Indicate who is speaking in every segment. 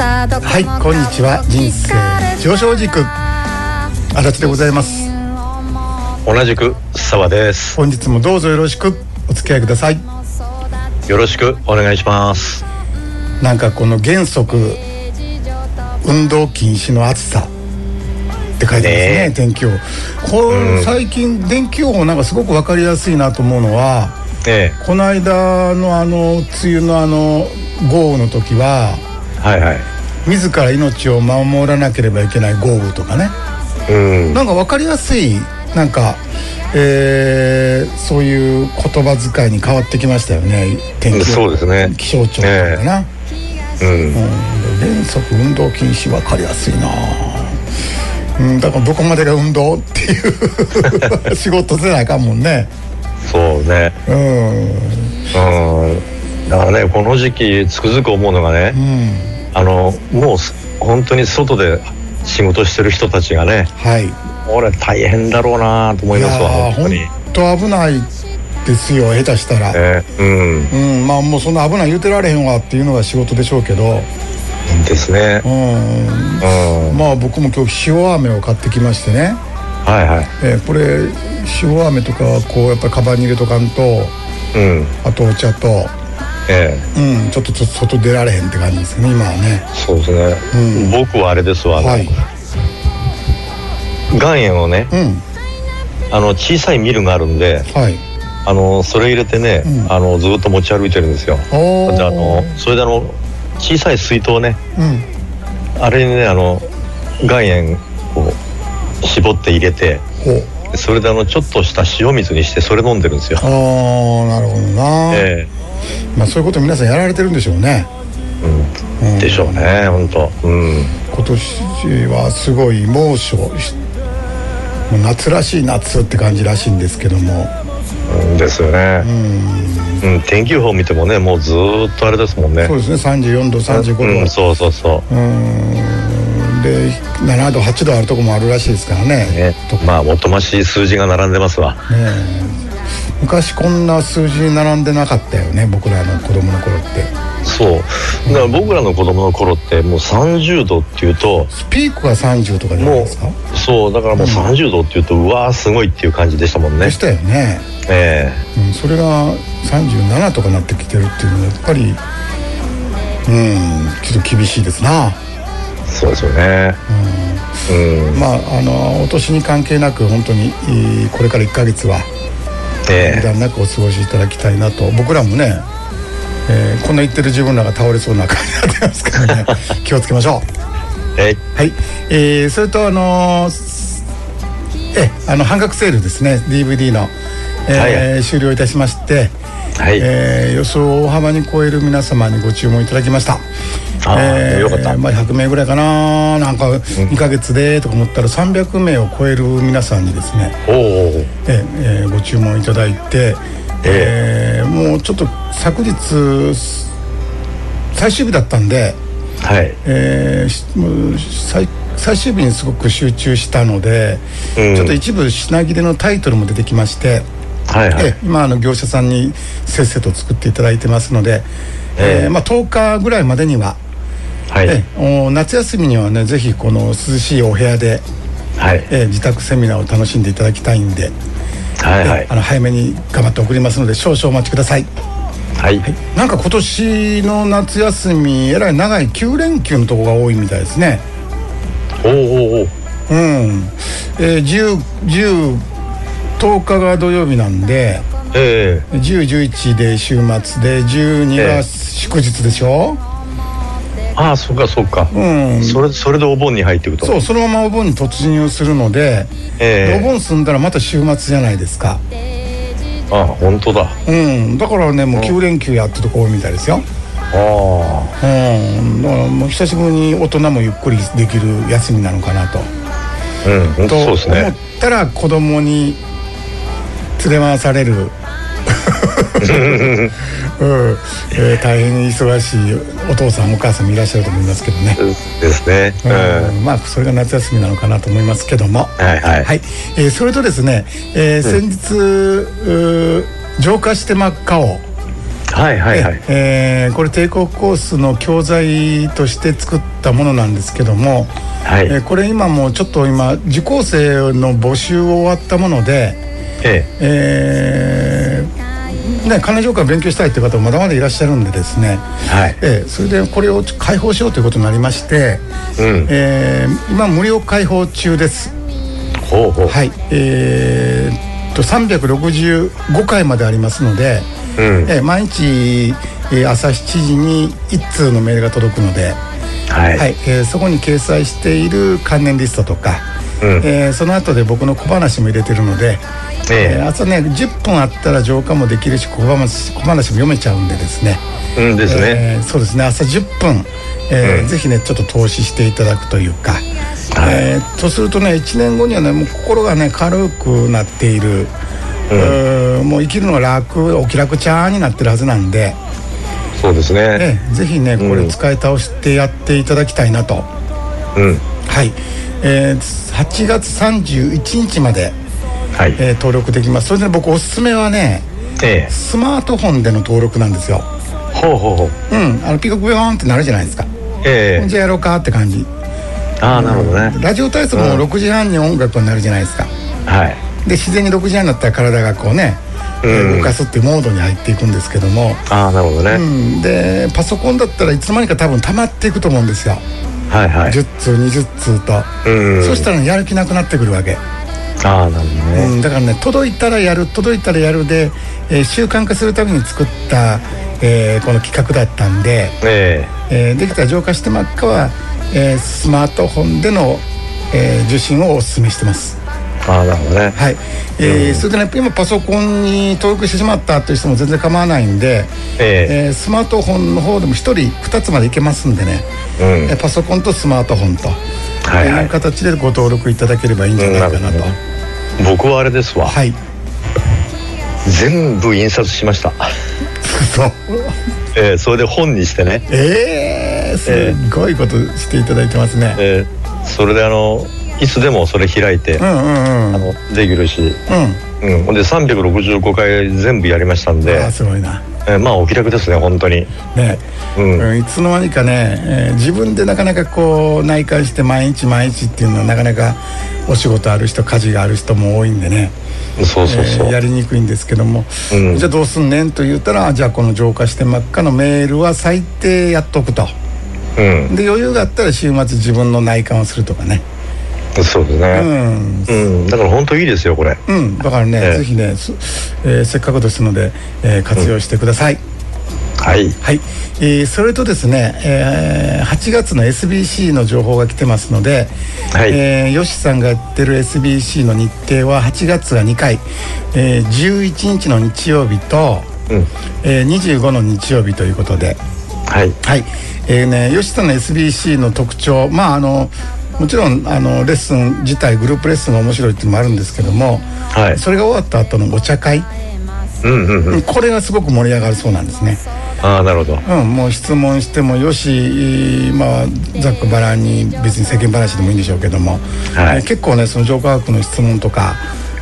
Speaker 1: こんにちは人生上昇軸足立でございます
Speaker 2: 同じく澤です
Speaker 1: 本日もどうぞよろしくお付き合いください
Speaker 2: よろしくお願いします
Speaker 1: なんかこの原則運動禁止の暑さって書いてますね
Speaker 2: ね
Speaker 1: 天気予報これ最近天気予報なんかすごく分かりやすいなと思うのは
Speaker 2: え
Speaker 1: この間のあの梅雨のあの豪雨の時は
Speaker 2: えはいはい
Speaker 1: 自ら命を守らなければいけない豪雨とかね
Speaker 2: うん
Speaker 1: なんか分かりやすいなんか、えーそういう言葉遣いに変わってきましたよね天気予報
Speaker 2: そうですね
Speaker 1: 気象庁とかな、
Speaker 2: うん
Speaker 1: 連則運動禁止分かりやすいなうんだからどこまでが運動っていう 仕事せなあかんもんね
Speaker 2: そうね
Speaker 1: うん
Speaker 2: うんだからねこの時期つくづく思うのが
Speaker 1: う
Speaker 2: ね
Speaker 1: ん
Speaker 2: あのもうす本当に外で仕事してる人たちがね
Speaker 1: はい
Speaker 2: 俺大変だろうなと思いますわ
Speaker 1: ー
Speaker 2: 本当に
Speaker 1: ほんと危ないですよ下手したら、
Speaker 2: ええうん
Speaker 1: うんまあもうそんな危ない言うてられへんわっていうのが仕事でしょうけど
Speaker 2: ですね
Speaker 1: うん
Speaker 2: うん
Speaker 1: まあ僕も今日塩飴を買ってきましてね、
Speaker 2: はいはい
Speaker 1: えーこれ塩飴とかはこうやっぱりカバンに入れとかんと
Speaker 2: うん
Speaker 1: あとお茶と
Speaker 2: ええ
Speaker 1: うんちょっとちょっと外出られへんって感じですね今はね
Speaker 2: そうですね、
Speaker 1: うん
Speaker 2: 僕はあれですわ、あの
Speaker 1: はい
Speaker 2: 岩塩をね
Speaker 1: うん
Speaker 2: あの小さいミルがあるんで
Speaker 1: はい
Speaker 2: あのそれ入れてね、
Speaker 1: うん
Speaker 2: あのずっと持ち歩いてるんですよ
Speaker 1: お
Speaker 2: であのそれであの小さい水筒ね
Speaker 1: うん
Speaker 2: あれにねあの岩塩を絞って入れて
Speaker 1: ほう
Speaker 2: それであのちょっとした塩水にしてそれ飲んでるんですよ
Speaker 1: あ、あなるほどな、
Speaker 2: え
Speaker 1: まあそういうこと皆さんやられてるんでしょうね、
Speaker 2: え
Speaker 1: うん、
Speaker 2: でしょうね本当うん
Speaker 1: 今年はすごい猛暑しもう夏らしい夏って感じらしいんですけども
Speaker 2: うんですよねうん、天気予報見てもねもうずーっとあれですもんね
Speaker 1: そうですね34度35度、
Speaker 2: うんそうそうそ
Speaker 1: う
Speaker 2: う
Speaker 1: んで7度8度あるとこもあるらしいですからね
Speaker 2: ね、まあおとましい数字が並んでますわ
Speaker 1: ねえ昔こんな数字に並んでなかったよね僕らの子供の頃って
Speaker 2: そうだから僕らの子供の頃ってもう30度っていうと
Speaker 1: ピークが30とかじゃない
Speaker 2: も
Speaker 1: ですか
Speaker 2: うそうだからもう30度っていうと、うわーすごいっていう感じでしたもんね
Speaker 1: でしたよね、
Speaker 2: え
Speaker 1: うん、それが37とかなってきてるっていうのはやっぱりうんちょっと厳しいですな
Speaker 2: えそうですよねうん、
Speaker 1: まああのお年に関係なく本当にえーこれから1ヶ月は
Speaker 2: え
Speaker 1: 無
Speaker 2: え
Speaker 1: 駄なくお過ごしいただきたいなと僕らもね、えーこんな言ってる自分らが倒れそうな感じになってますから ね気をつけましょう
Speaker 2: えい
Speaker 1: はい、えーそれとあのーすえあの半額セールですね DVD の、えー
Speaker 2: はい
Speaker 1: 終了いたしまして、
Speaker 2: はい、
Speaker 1: えー予想を大幅に超える皆様にご注文いただきました
Speaker 2: あーよかった
Speaker 1: まあ、100名ぐらいかななんか2ヶ月でとか思ったら300名を超える皆さんにですね、
Speaker 2: おうおう
Speaker 1: ええーご注文いただいて、えーもうちょっと昨日す最終日だったんで、
Speaker 2: はい
Speaker 1: えーしもう最最終日にすごく集中したので、
Speaker 2: うん
Speaker 1: ちょっと一部品切れのタイトルも出てきまして、
Speaker 2: はいは
Speaker 1: え
Speaker 2: い
Speaker 1: ー今あの業者さんにせっせと作っていただいてますので、えーまあ、10日ぐらいまでには、
Speaker 2: はい、
Speaker 1: えーお夏休みにはねぜひこの涼しいお部屋で、
Speaker 2: はい
Speaker 1: えー自宅セミナーを楽しんでいただきたいんで、
Speaker 2: はいは
Speaker 1: え
Speaker 2: い
Speaker 1: ーあの早めに頑張って送りますので少々お待ちください。
Speaker 2: はい
Speaker 1: なんか今年の夏休みえらい長い9連休のとこが多いみたいですね。
Speaker 2: おうおうおう
Speaker 1: うん、えー、10、10 10日が土曜日なんで
Speaker 2: え
Speaker 1: 1011で週末で12
Speaker 2: え
Speaker 1: が
Speaker 2: え
Speaker 1: 祝日でしょ、
Speaker 2: えああそっかそっか、
Speaker 1: うん
Speaker 2: それそれでお盆に入っていくと
Speaker 1: そうそのままお盆に突入するので、
Speaker 2: ええ
Speaker 1: お盆済んだらまた週末じゃないですか
Speaker 2: ああ本当だ
Speaker 1: うんだからねもう9連休やってとこ多いみたいですよ
Speaker 2: あ
Speaker 1: うんだからもう久しぶりに大人もゆっくりできる休みなのかなと
Speaker 2: あうん本
Speaker 1: と
Speaker 2: 当そう
Speaker 1: 思
Speaker 2: ですね
Speaker 1: ったら子供に連れ回さ れる、うんえー大変忙しいお父さんお母さんもいらっしゃると思いますけどね、
Speaker 2: ですね。うん。
Speaker 1: うんまあそれが夏休みなのかなと思いますけどもは
Speaker 2: はいはい。
Speaker 1: えーそれとですね、えー先日、うー浄化して真っ赤を
Speaker 2: はいはいはい。
Speaker 1: えーこれ帝国コースの教材として作ったものなんですけども、
Speaker 2: はい。
Speaker 1: えーこれ今もうちょっと今受講生の募集を終わったもので、
Speaker 2: え
Speaker 1: えーね、金城から勉強したいって方もまだまだいらっしゃるんでですね、
Speaker 2: えはい。
Speaker 1: えーそれでこれを開放しようということになりまして、
Speaker 2: うん。
Speaker 1: えー今無料開放中です。
Speaker 2: ほうほう。
Speaker 1: はい、えーっと365回までありますので、
Speaker 2: うん。
Speaker 1: えー毎日、えー朝7時に1通のメールが届くので、
Speaker 2: はい。
Speaker 1: はいえーそこに掲載している関連リストとか、
Speaker 2: うん。
Speaker 1: えーその後で僕の小話も入れてるので、えー
Speaker 2: え
Speaker 1: 朝ね10分あったら浄化もできるし小話小話も読めちゃうんでですね
Speaker 2: えうんです
Speaker 1: え
Speaker 2: ね。
Speaker 1: ーそうですね朝10分、えー
Speaker 2: うん
Speaker 1: ぜひねちょっと投資していただくというか、
Speaker 2: はい
Speaker 1: えーとするとね1年後にはねもう心がね軽くなっている、うーんもう生きるのが楽お気楽ちゃーになってるはずなんで、
Speaker 2: そうですね。
Speaker 1: えーぜひねこ
Speaker 2: う
Speaker 1: れ
Speaker 2: ん
Speaker 1: 使い倒してやっていただきたいなと、
Speaker 2: うん。
Speaker 1: はい、えー8月31日まで、
Speaker 2: はい。
Speaker 1: えー登録できますそれでね僕おすすめはね
Speaker 2: ええ
Speaker 1: スマートフォンでの登録なんですよ
Speaker 2: ほうほうほう。
Speaker 1: うんあのピコピコビョーンってなるじゃないですか
Speaker 2: ええ
Speaker 1: じゃあやろうかって感じ
Speaker 2: ああ、なるほどね。
Speaker 1: ラジオ体操も6時半に音楽になるじゃないですか
Speaker 2: はい。
Speaker 1: で自然に6時半になったら体がこうね、えー
Speaker 2: うん
Speaker 1: 動かすっていうモードに入っていくんですけども、
Speaker 2: ああ、なるほどね。
Speaker 1: うん、でパソコンだったらいつの間にか多分溜まっていくと思うんですよ、
Speaker 2: はいはい。
Speaker 1: 10通20通と、
Speaker 2: うん。
Speaker 1: そしたらやる気なくなってくるわけ、
Speaker 2: ああ、なるほどね。
Speaker 1: うん、だからね届いたらやる届いたらやるで、えー習慣化するために作った、えーこの企画だったんで、
Speaker 2: え
Speaker 1: えーできたら浄化して真っ赤は、えースマートフォンでの、えー受信をお勧めしてます
Speaker 2: えああ、なるほどね。
Speaker 1: はい、えーそれでね今パソコンに登録してしまったという人も全然構わないんで、
Speaker 2: え
Speaker 1: えースマートフォンの方でも1人2つまでいけますんでね、
Speaker 2: えうん
Speaker 1: えーパソコンとスマートフォンと、
Speaker 2: はいはい
Speaker 1: えーいう形でご登録いただければいいんじゃないかなと、
Speaker 2: うんなるほ僕はあれですわ。
Speaker 1: はい
Speaker 2: 全部印刷しました。
Speaker 1: そう
Speaker 2: ええそれで本にしてね。
Speaker 1: えー、
Speaker 2: え
Speaker 1: すごいことしていただいてますね、
Speaker 2: ええそれであの、いつでもそれ開いて、
Speaker 1: うんうんう
Speaker 2: あ
Speaker 1: ん
Speaker 2: の、できるし。
Speaker 1: うん
Speaker 2: うん、ほんで365回全部やりましたんで
Speaker 1: ああ、すごいな
Speaker 2: えーまあお気楽ですね本当に
Speaker 1: ね、
Speaker 2: うん
Speaker 1: うんいつの間にかね、えー自分でなかなかこう内観して毎日毎日っていうのはなかなかお仕事ある人家事がある人も多いんでね、
Speaker 2: そうそうそう、
Speaker 1: えーやりにくいんですけども、
Speaker 2: うん
Speaker 1: じゃあどうすんねんと言ったらじゃあこの浄化して真っ赤のメールは最低やっとくとで余裕があったら週末自分の内観をするとかね
Speaker 2: うんそうです
Speaker 1: う
Speaker 2: ね
Speaker 1: ん
Speaker 2: うん、だから本当いいですよこれ
Speaker 1: うんだからね、
Speaker 2: ええ
Speaker 1: ぜひね、すえーせっかくですので、えー活用してください、
Speaker 2: はい
Speaker 1: はい、えーそれとですね、えー8月の SBC の情報が来てますので、
Speaker 2: はい
Speaker 1: えー、よしさんがやってる SBC の日程は8月が2回、えー11日の日曜日と、
Speaker 2: うん
Speaker 1: えー25の日曜日ということで、
Speaker 2: はい
Speaker 1: はいえーね、よしさんの SBC の特徴、まあ、あのもちろんあのレッスン自体グループレッスンが面白いっていうのもあるんですけども、
Speaker 2: はい
Speaker 1: それが終わった後のお茶会、
Speaker 2: うんうんうん
Speaker 1: これがすごく盛り上がるそうなんですね。
Speaker 2: ああなるほど
Speaker 1: うん、もう質問してもよし、まあ、ざっくばらんに別に世間話でもいいんでしょうけども、
Speaker 2: はい
Speaker 1: えー結構ねその浄化学の質問とか、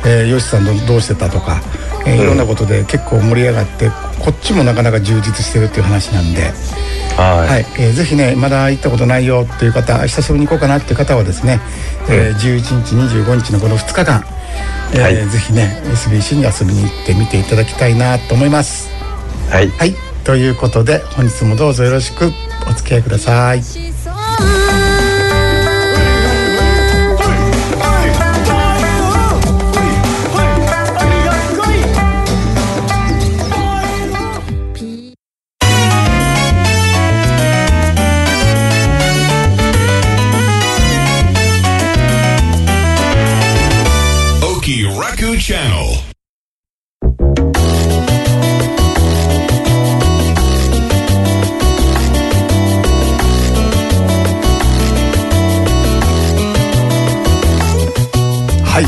Speaker 1: えーよしさんどどうしてたとか、えーいろんなことで結構盛り上がってこっちもなかなか充実してるっていう話なんで、
Speaker 2: はい、
Speaker 1: はいえーぜひねまだ行ったことないよっていう方久しぶりに行こうかなっていう方はですね、えー11日25日のこの2日間、えー
Speaker 2: はい
Speaker 1: ぜひね SBC に遊びに行ってみていただきたいなと思います。
Speaker 2: はい
Speaker 1: はい、ということで本日もどうぞよろしくお付き合いください。
Speaker 3: Oki Raku Channel.
Speaker 1: はい、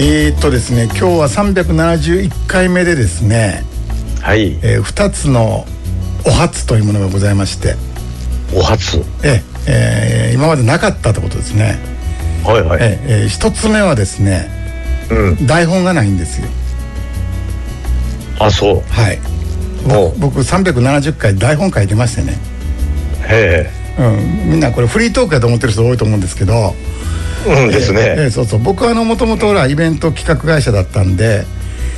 Speaker 1: えー、っとですね今日は371回目でですね、
Speaker 2: はい
Speaker 1: え2つのお初というものがございまして、
Speaker 2: お初
Speaker 1: ええー今までなかったということですね。
Speaker 2: はいはい、
Speaker 1: ええ1つ目はですね
Speaker 2: うん
Speaker 1: 台本がないんですよ。
Speaker 2: あそう
Speaker 1: はい。
Speaker 2: おう
Speaker 1: 僕370回台本書いてましてね、
Speaker 2: え
Speaker 1: うん、みんなこれフリートークやと思ってる人多いと思うんですけど
Speaker 2: えうんです
Speaker 1: え
Speaker 2: ね
Speaker 1: ーそうそう僕はもともとイベント企画会社だったんで、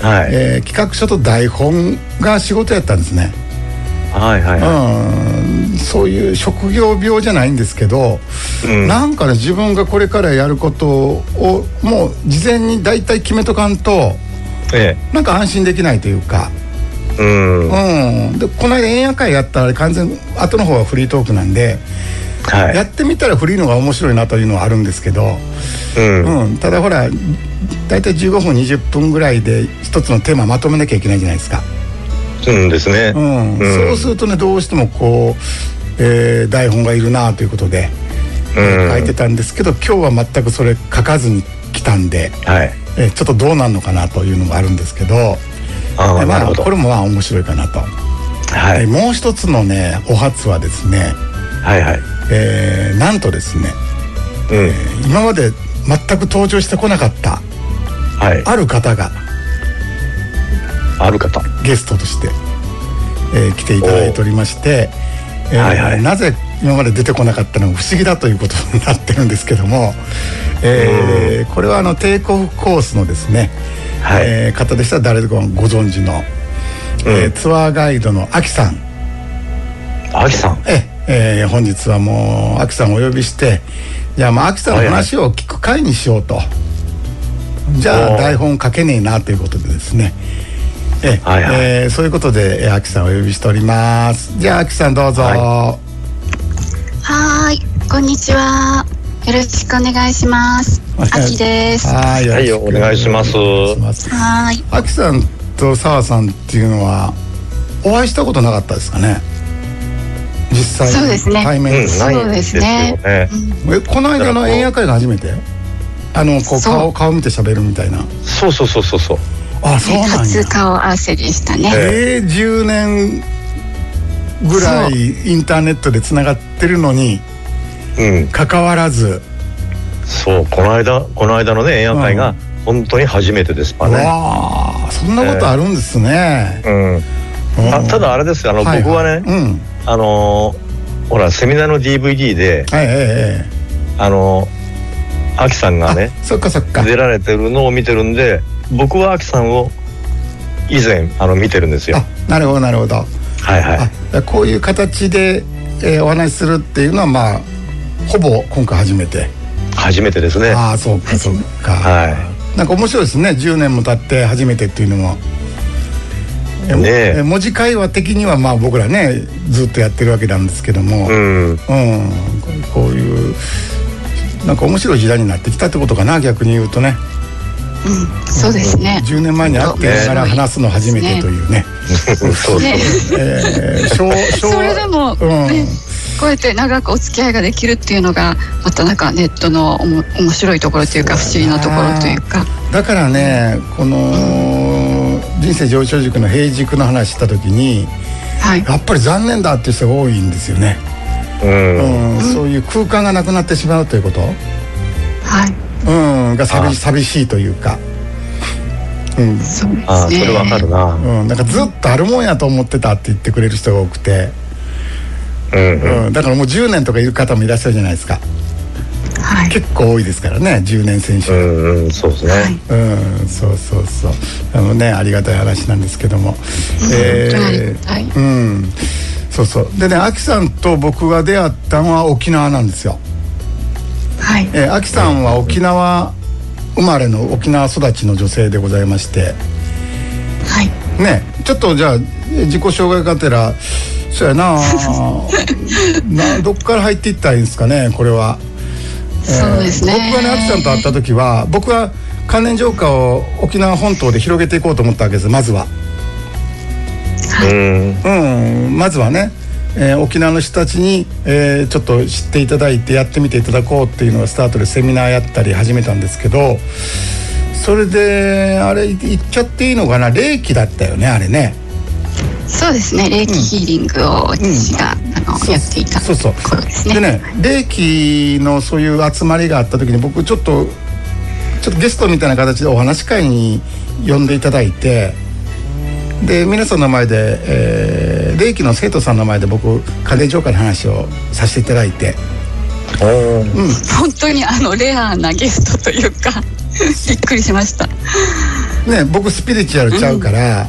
Speaker 2: はい
Speaker 1: えー企画書と台本が仕事やったんですね、
Speaker 2: はいはいは
Speaker 1: うん、そういう職業病じゃないんですけど、
Speaker 2: うん
Speaker 1: なんかね自分がこれからやることをもう事前に大体決めとかんと
Speaker 2: いえ
Speaker 1: なんか安心できないというか。
Speaker 2: えうんは
Speaker 1: うん、でこの間円夜会やったあれ完全後の方はフリートークなんで、や
Speaker 2: い
Speaker 1: ってみたらフリーのが面白いなというのはあるんですけど、
Speaker 2: うん
Speaker 1: うん、ただほら大体15分20分ぐらいで一つのテーマまとめなきゃいけないじゃないですか、
Speaker 2: うんですね
Speaker 1: うんそうするとねどうしてもこう、えー台本がいるなということで、
Speaker 2: うん
Speaker 1: 書いてたんですけど今日は全くそれ書かずに来たんで、
Speaker 2: はい
Speaker 1: えーちょっとどうなんのかなというのがあるんですけど
Speaker 2: あ
Speaker 1: えま
Speaker 2: あなるほど
Speaker 1: これもまあ面白いかなと。
Speaker 2: は
Speaker 1: えー
Speaker 2: い
Speaker 1: もう一つのねお初はですね、
Speaker 2: はいはい
Speaker 1: えーなんとですね
Speaker 2: うん
Speaker 1: 今まで全く登場してこなかった
Speaker 2: はい
Speaker 1: ある方が
Speaker 2: ある方
Speaker 1: ゲストとして、えー来ていただいておりまして、えー
Speaker 2: はいはい
Speaker 1: なぜ今まで出てこなかったのが不思議だということになってるんですけども、えーこれはあのテイクオフコースのですね、
Speaker 2: はい
Speaker 1: えー方でしたら誰でもご存知の、えーツアーガイドのアキさん
Speaker 2: アキさん
Speaker 1: えええー本日はもうアキさんをお呼びしてじゃあまあアキさんの話を聞く会にしようと、じゃ
Speaker 2: お
Speaker 1: あ
Speaker 2: ー
Speaker 1: 台本書けねえなということでですねえ、
Speaker 2: はいはい
Speaker 1: えーそういうことでえーアキさんをお呼びしておりますじゃあアキさんどうぞ、
Speaker 2: は
Speaker 4: はーい、こんにちは。よろしくお願いします。あきです。は
Speaker 1: はい
Speaker 2: はい
Speaker 1: よろく
Speaker 2: お願いします
Speaker 1: お願いします
Speaker 4: ーい、
Speaker 1: アキさんと澤さんっていうのはお会いしたことなかったですかね実際に
Speaker 4: そうですね
Speaker 1: 対面、
Speaker 2: うんないんですよ
Speaker 4: そう
Speaker 2: ね
Speaker 1: えこの間の円夜会が初めてあのこう
Speaker 4: そう
Speaker 1: 顔顔見て喋るみたいな
Speaker 2: そうそうそうそうそう
Speaker 1: あそう
Speaker 4: ね
Speaker 1: なんや
Speaker 4: 初顔合わせでしたね。
Speaker 1: えー、10年ぐらいインターネットでつながってるのに
Speaker 2: うん
Speaker 1: かかわらず、
Speaker 2: そうこの間この間のね円夜会が本当に初めてですかね
Speaker 1: わあそんなことあるんですね、
Speaker 2: うんあ
Speaker 1: うん
Speaker 2: ただあれですよあの
Speaker 1: いい
Speaker 2: 僕はね
Speaker 1: うん
Speaker 2: あのーほらセミナーの DVD で
Speaker 1: はいはいはい
Speaker 2: あのーアキさんが
Speaker 1: あ
Speaker 2: ね
Speaker 1: そっかそっか
Speaker 2: 出られてるのを見てるんで僕はアキさんを以前あの見てるんですよ
Speaker 1: あなるほどなるほど、
Speaker 2: はいはい
Speaker 1: あこういう形で、えーお話しするっていうのはまあほぼ今回初めて
Speaker 2: 初めてですね
Speaker 1: ああそうかそうか
Speaker 2: は
Speaker 1: なんか面白いですね10年も経って初めてっていうのもえ
Speaker 2: ねえ
Speaker 1: え文字会話的にはまあ僕らねずっとやってるわけなんですけども、
Speaker 2: いうん
Speaker 1: うんこういうなんか面白い時代になってきたってことかな逆に言うとね
Speaker 4: うん、そうですね。
Speaker 1: 10年前に会って
Speaker 2: ね
Speaker 1: から話すの初めてというね
Speaker 2: そうそう
Speaker 4: ね、
Speaker 1: えー昭昭和
Speaker 4: それでも、
Speaker 1: うん
Speaker 4: ね、こうやって長くお付き合いができるっていうのが、またなんかネットのおも面白いところというか、不思議なところというか。
Speaker 1: だからねこの人生上昇塾の平軸の話した時に
Speaker 4: はい、
Speaker 1: やっぱり残念だっていう人が多いんですよね
Speaker 2: うん
Speaker 1: うんそういう空間がなくなってしまうということ、
Speaker 4: はい、
Speaker 1: うん、が寂
Speaker 2: あ
Speaker 1: し寂しいというか、うん
Speaker 4: そうですね。
Speaker 2: ああそれわかるな
Speaker 1: うん、なんかずっとあるもんやと思ってたって言ってくれる人が多くて、
Speaker 2: うんうん
Speaker 1: うん、だからもう10年とかいる方もいらっしゃるじゃないですか
Speaker 4: はい、
Speaker 1: 結構多いですからね10年選
Speaker 2: う
Speaker 1: 手、
Speaker 2: んうんそうですね
Speaker 4: はい、
Speaker 1: うん、そうそうそうあのねありがたい話なんですけども、
Speaker 4: 本当にありがた
Speaker 1: ーうんそうそうでねアキさんと僕が出会ったのは沖縄なんですよ
Speaker 4: はい、
Speaker 1: えー、アキさんは沖縄生まれの沖縄育ちの女性でございまして
Speaker 4: はい、
Speaker 1: ねちょっとじゃあえー自己紹介がてらそうやな などっから入っていったらいいんですかねこれは、えー
Speaker 4: そうですね。
Speaker 1: 僕がねアキさんと会った時は僕は関連浄化を沖縄本島で広げていこうと思ったわけですまずは
Speaker 2: うん
Speaker 1: うんまずはね、えー沖縄の人たちに、えーちょっと知っていただいてやってみていただこうっていうのがスタートでセミナーやったり始めたんですけどそれであれ言っちゃっていいのかな霊気だったよねあれね
Speaker 4: そうですね、霊気ヒーリングを私が、あのやっていた
Speaker 1: そうそう
Speaker 4: 頃ですね。
Speaker 1: でね霊気のそういう集まりがあった時に僕ちょっとちょっとゲストみたいな形でお話し会に呼んでいただいてで皆さんの前で、えー、霊気の生徒さんの前で僕家電浄化の話をさせていただいて
Speaker 2: おー
Speaker 4: 本当にあのレアなゲストというか びっくりしました
Speaker 1: ね僕スピリチュアルちゃうから、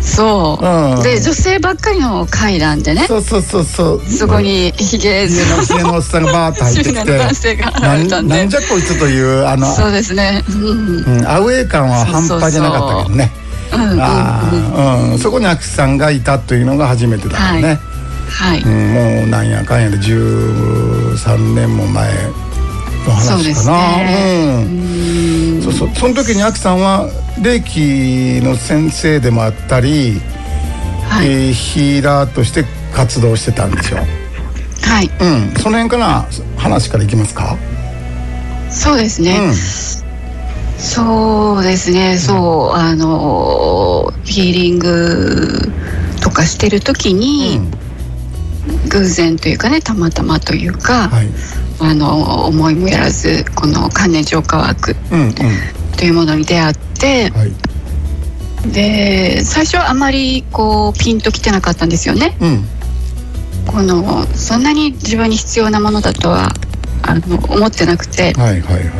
Speaker 4: そう、
Speaker 1: うん
Speaker 4: で女性ばっかりの回なんでね
Speaker 1: そうそうそうそう
Speaker 4: そこにヒゲ
Speaker 1: 家の家のおっさんがバーッと入 ってき
Speaker 4: 中年の男性
Speaker 1: て
Speaker 4: が
Speaker 1: な
Speaker 4: 現れた
Speaker 1: ん
Speaker 4: んで
Speaker 1: なんじゃこいつというあの
Speaker 4: そうですねうん
Speaker 1: うんアウェー感は半端じゃなかったけどね
Speaker 4: うん
Speaker 1: あーうんそこにアキさんがいたというのが初めてだからね、
Speaker 4: はいはい、
Speaker 1: うんもうなんやかんやで13年も前の
Speaker 4: そうで
Speaker 1: 話
Speaker 4: す
Speaker 1: かな
Speaker 4: ね
Speaker 1: うんそうそうその時にアキさんは霊気の先生でもあったり、
Speaker 4: はい
Speaker 1: えーヒーラーとして活動してたんですよ、
Speaker 4: はい
Speaker 1: うん、その辺から話からいきますか、
Speaker 4: そうですね、
Speaker 1: う
Speaker 4: そうですね、そう、あの、ヒーリングとかしてる時に、偶然というかね、たまたまというか、
Speaker 1: ん、はい
Speaker 4: あの、思いもやらず、この関連浄化枠
Speaker 1: うんうん
Speaker 4: というものに出会って、
Speaker 1: はい
Speaker 4: で、最初はあまりこう、ピンときてなかったんですよね。
Speaker 1: うん
Speaker 4: この、そんなに自分に必要なものだとは、あの、思ってなくて、
Speaker 1: はいはいはいはい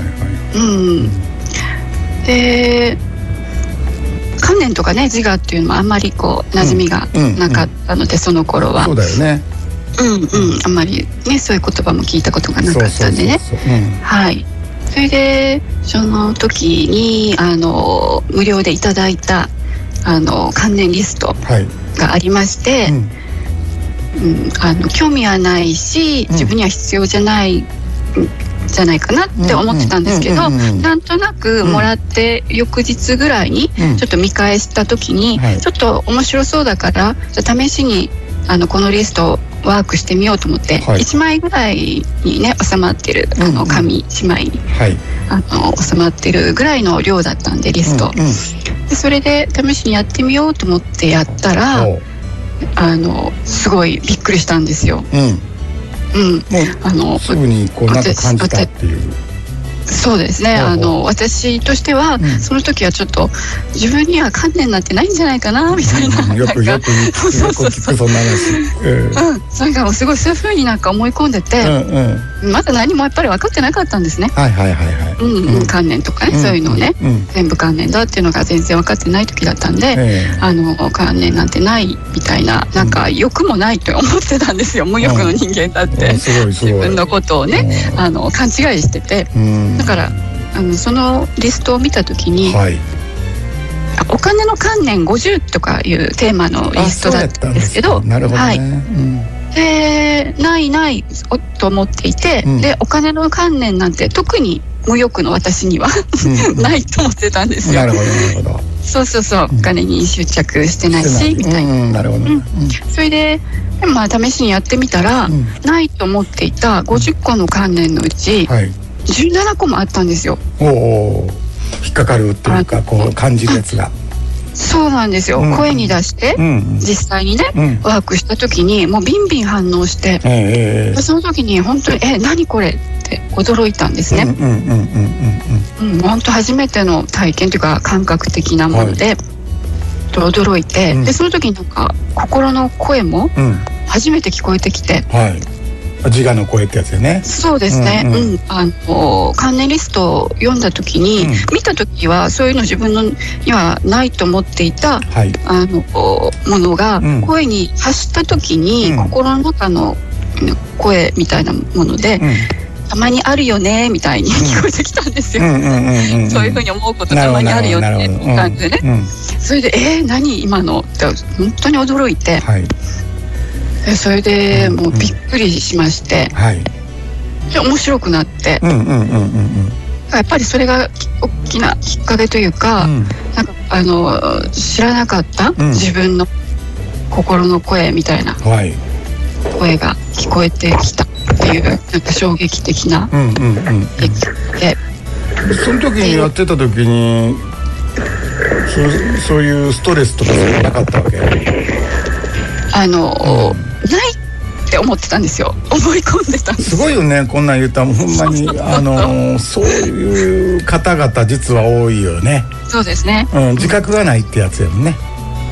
Speaker 4: うん、で観念とかね自我っていうのもあんまりこう馴染みがなかったので、その頃は
Speaker 1: そうだよね
Speaker 4: うんうんあんまりねそういう言葉も聞いたことがなかったんでね
Speaker 1: そうそうそうそううん
Speaker 4: はいそれでその時にあの無料でいただいたあの関連リスト
Speaker 1: はい、
Speaker 4: がありまして、
Speaker 1: うん
Speaker 4: うんあの興味はないし
Speaker 1: ん
Speaker 4: 自分には必要じゃない、んじゃないかなって思ってたんですけ
Speaker 1: う
Speaker 4: ど
Speaker 1: んうんうんうんうん
Speaker 4: なんとなくもらって翌日ぐらいに
Speaker 1: うん
Speaker 4: ちょっと見返した時に、
Speaker 1: はい
Speaker 4: ちょっと面白そうだからじゃあ試しにあのこのリストをワークしてみようと思って、
Speaker 1: はい
Speaker 4: 1枚ぐらいにね収まってるあ
Speaker 1: うんう
Speaker 4: の
Speaker 1: ん
Speaker 4: 紙1枚に
Speaker 1: はい
Speaker 4: あの収まってるぐらいの量だったんでリスト、
Speaker 1: うんうん
Speaker 4: でそれで試しにやってみようと思ってやったら
Speaker 1: おう
Speaker 4: あのすごいびっくりしたんですよ。
Speaker 1: うん
Speaker 4: うん、
Speaker 1: もう
Speaker 4: あの
Speaker 1: すぐにこうなんか感じたっていう
Speaker 4: そうですね
Speaker 1: ほうほう
Speaker 4: あの私としては、
Speaker 1: ん
Speaker 4: その時はちょっと自分には観念なんてないんじゃないかなみたいな,、
Speaker 1: うんよく
Speaker 4: な
Speaker 1: よ
Speaker 4: ん
Speaker 1: く
Speaker 4: か
Speaker 1: 聞くよく聞くそんな話うん
Speaker 4: うん、なんかもうすごいそういう風になんか思い込んで
Speaker 1: う
Speaker 4: て、
Speaker 1: んうん
Speaker 4: まだ何もやっぱり分かってなかったんですね、
Speaker 1: はいはいはいはい
Speaker 4: うんうん、観念とかね、
Speaker 1: ん
Speaker 4: そういうのをね、
Speaker 1: うん
Speaker 4: 全部観念だっていうのが全然分かってない時だったんで、
Speaker 1: ええ
Speaker 4: あの観念なんてないみたいななんか欲もないと思ってたんですよ無欲の人間だって、
Speaker 1: うんすごいすごい
Speaker 4: 自分のことをね、
Speaker 1: うん
Speaker 4: あの勘違いしてて。
Speaker 1: うん
Speaker 4: だからあのそのリストを見た時に、
Speaker 1: はい
Speaker 4: あお金の観念50とかいうテーマのリ
Speaker 1: あ
Speaker 4: ス
Speaker 1: そ
Speaker 4: ト
Speaker 1: う
Speaker 4: だ
Speaker 1: や
Speaker 4: っ
Speaker 1: ったた
Speaker 4: ん
Speaker 1: ん
Speaker 4: で
Speaker 1: ですす
Speaker 4: け
Speaker 1: けど
Speaker 4: ど
Speaker 1: なるほど
Speaker 4: は
Speaker 1: ね
Speaker 4: い、でないないおと思っていて、
Speaker 1: うん
Speaker 4: でお金の観念なんて特に無欲の私には
Speaker 1: うんうん
Speaker 4: ないと思ってたんです
Speaker 1: な
Speaker 4: よ
Speaker 1: るほどなるほど
Speaker 4: そうそうそうお金に執着してないしみたいな
Speaker 1: うんうんなるほどね
Speaker 4: うんそれででまあ試しにやってみたら、
Speaker 1: うん
Speaker 4: ないと思っていた50個の観念のうち
Speaker 1: はい
Speaker 4: 17個もあったんですよ
Speaker 1: おうおう引っかかるっていうかこう感じるやつが
Speaker 4: そうなんですよ、
Speaker 1: うん
Speaker 4: 声に出して、
Speaker 1: うん
Speaker 4: 実際にね、
Speaker 1: うん
Speaker 4: ワークした時にもうビンビン反応して
Speaker 1: えええええ
Speaker 4: その時に本当に「え何これ?」って驚いたんです
Speaker 1: え
Speaker 4: ね、
Speaker 1: うんうんうんうんうん
Speaker 4: うん、本当初めての体験というか感覚的なもので、と驚いて、
Speaker 1: うん
Speaker 4: でその時になんか心の声も
Speaker 1: うんうん
Speaker 4: 初めて聞こえてきて
Speaker 1: はい自我の声ってやつよね
Speaker 4: そうですね、
Speaker 1: う
Speaker 4: うんん
Speaker 1: うん
Speaker 4: あの関連リストを読んだ時に、
Speaker 1: う
Speaker 4: 見た時はそういうの自分のにはないと思っていた
Speaker 1: はい
Speaker 4: あのこうものが
Speaker 1: うん
Speaker 4: 声に発した時
Speaker 1: う
Speaker 4: に、
Speaker 1: ん
Speaker 4: 心の中のうん声みたいなもので、
Speaker 1: うん
Speaker 4: たまにあるよねみたいに聞こえてきたんです
Speaker 1: う
Speaker 4: よ、
Speaker 1: んうんうんうん
Speaker 4: そういうふうに思うことたまにあるよねっていう感じでね、
Speaker 1: うんうん
Speaker 4: それで「えー、何今の?」って本当に驚いて
Speaker 1: はい
Speaker 4: でそれで
Speaker 1: うん
Speaker 4: もうびっくりしまして
Speaker 1: はい
Speaker 4: で面白くなって
Speaker 1: うんうんうんうん
Speaker 4: やっぱりそれが大きなきっかけというか、
Speaker 1: うん
Speaker 4: なんかあの知らなかった、
Speaker 1: ん
Speaker 4: 自分の心の声みたいな
Speaker 1: はい
Speaker 4: 声が聞こえてきたっていうなんか衝撃的な
Speaker 1: うんうんうん
Speaker 4: 出来で
Speaker 1: その時にやってた時にそうそういうストレスとかそういうのなかったわけ
Speaker 4: あの、ないって思ってたんですよ思い込んでたんです
Speaker 1: すごいよねこんなん言ったらほんまにあのそういう方々実は多いよね、
Speaker 4: そうですね
Speaker 1: うん、自覚がないってやつやもんね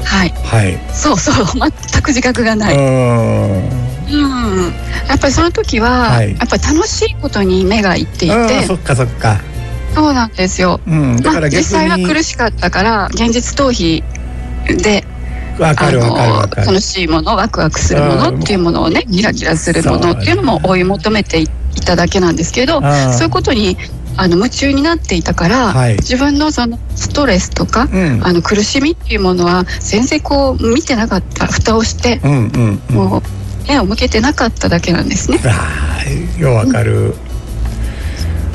Speaker 4: はい
Speaker 1: はい、
Speaker 4: そうそう全く自覚がないう
Speaker 1: ーん
Speaker 4: うん、やっぱりその時は、
Speaker 1: はい
Speaker 4: やっぱ楽しいことに目がいってい
Speaker 1: ああ
Speaker 4: て
Speaker 1: そっかそっか
Speaker 4: そうなんですよ、
Speaker 1: うんだ
Speaker 4: ま
Speaker 1: か
Speaker 4: あ、
Speaker 1: ら逆に
Speaker 4: 実際は苦しかったから現実逃避で
Speaker 1: わか
Speaker 4: あ
Speaker 1: るわかるわ
Speaker 4: の
Speaker 1: かる
Speaker 4: 楽しいものワクワクするものっていうものをねキラキラするものっていうのも追い求めていただけなんですけど
Speaker 1: ああ
Speaker 4: そういうことにあの夢中になっていたから、
Speaker 1: はい
Speaker 4: 自分のそのストレスとか、
Speaker 1: うん
Speaker 4: あの苦しみっていうものは全然こう見てなかった蓋をして、
Speaker 1: うんうんうん
Speaker 4: もう目を向けてなかっただけなんですね。
Speaker 1: ああようわかる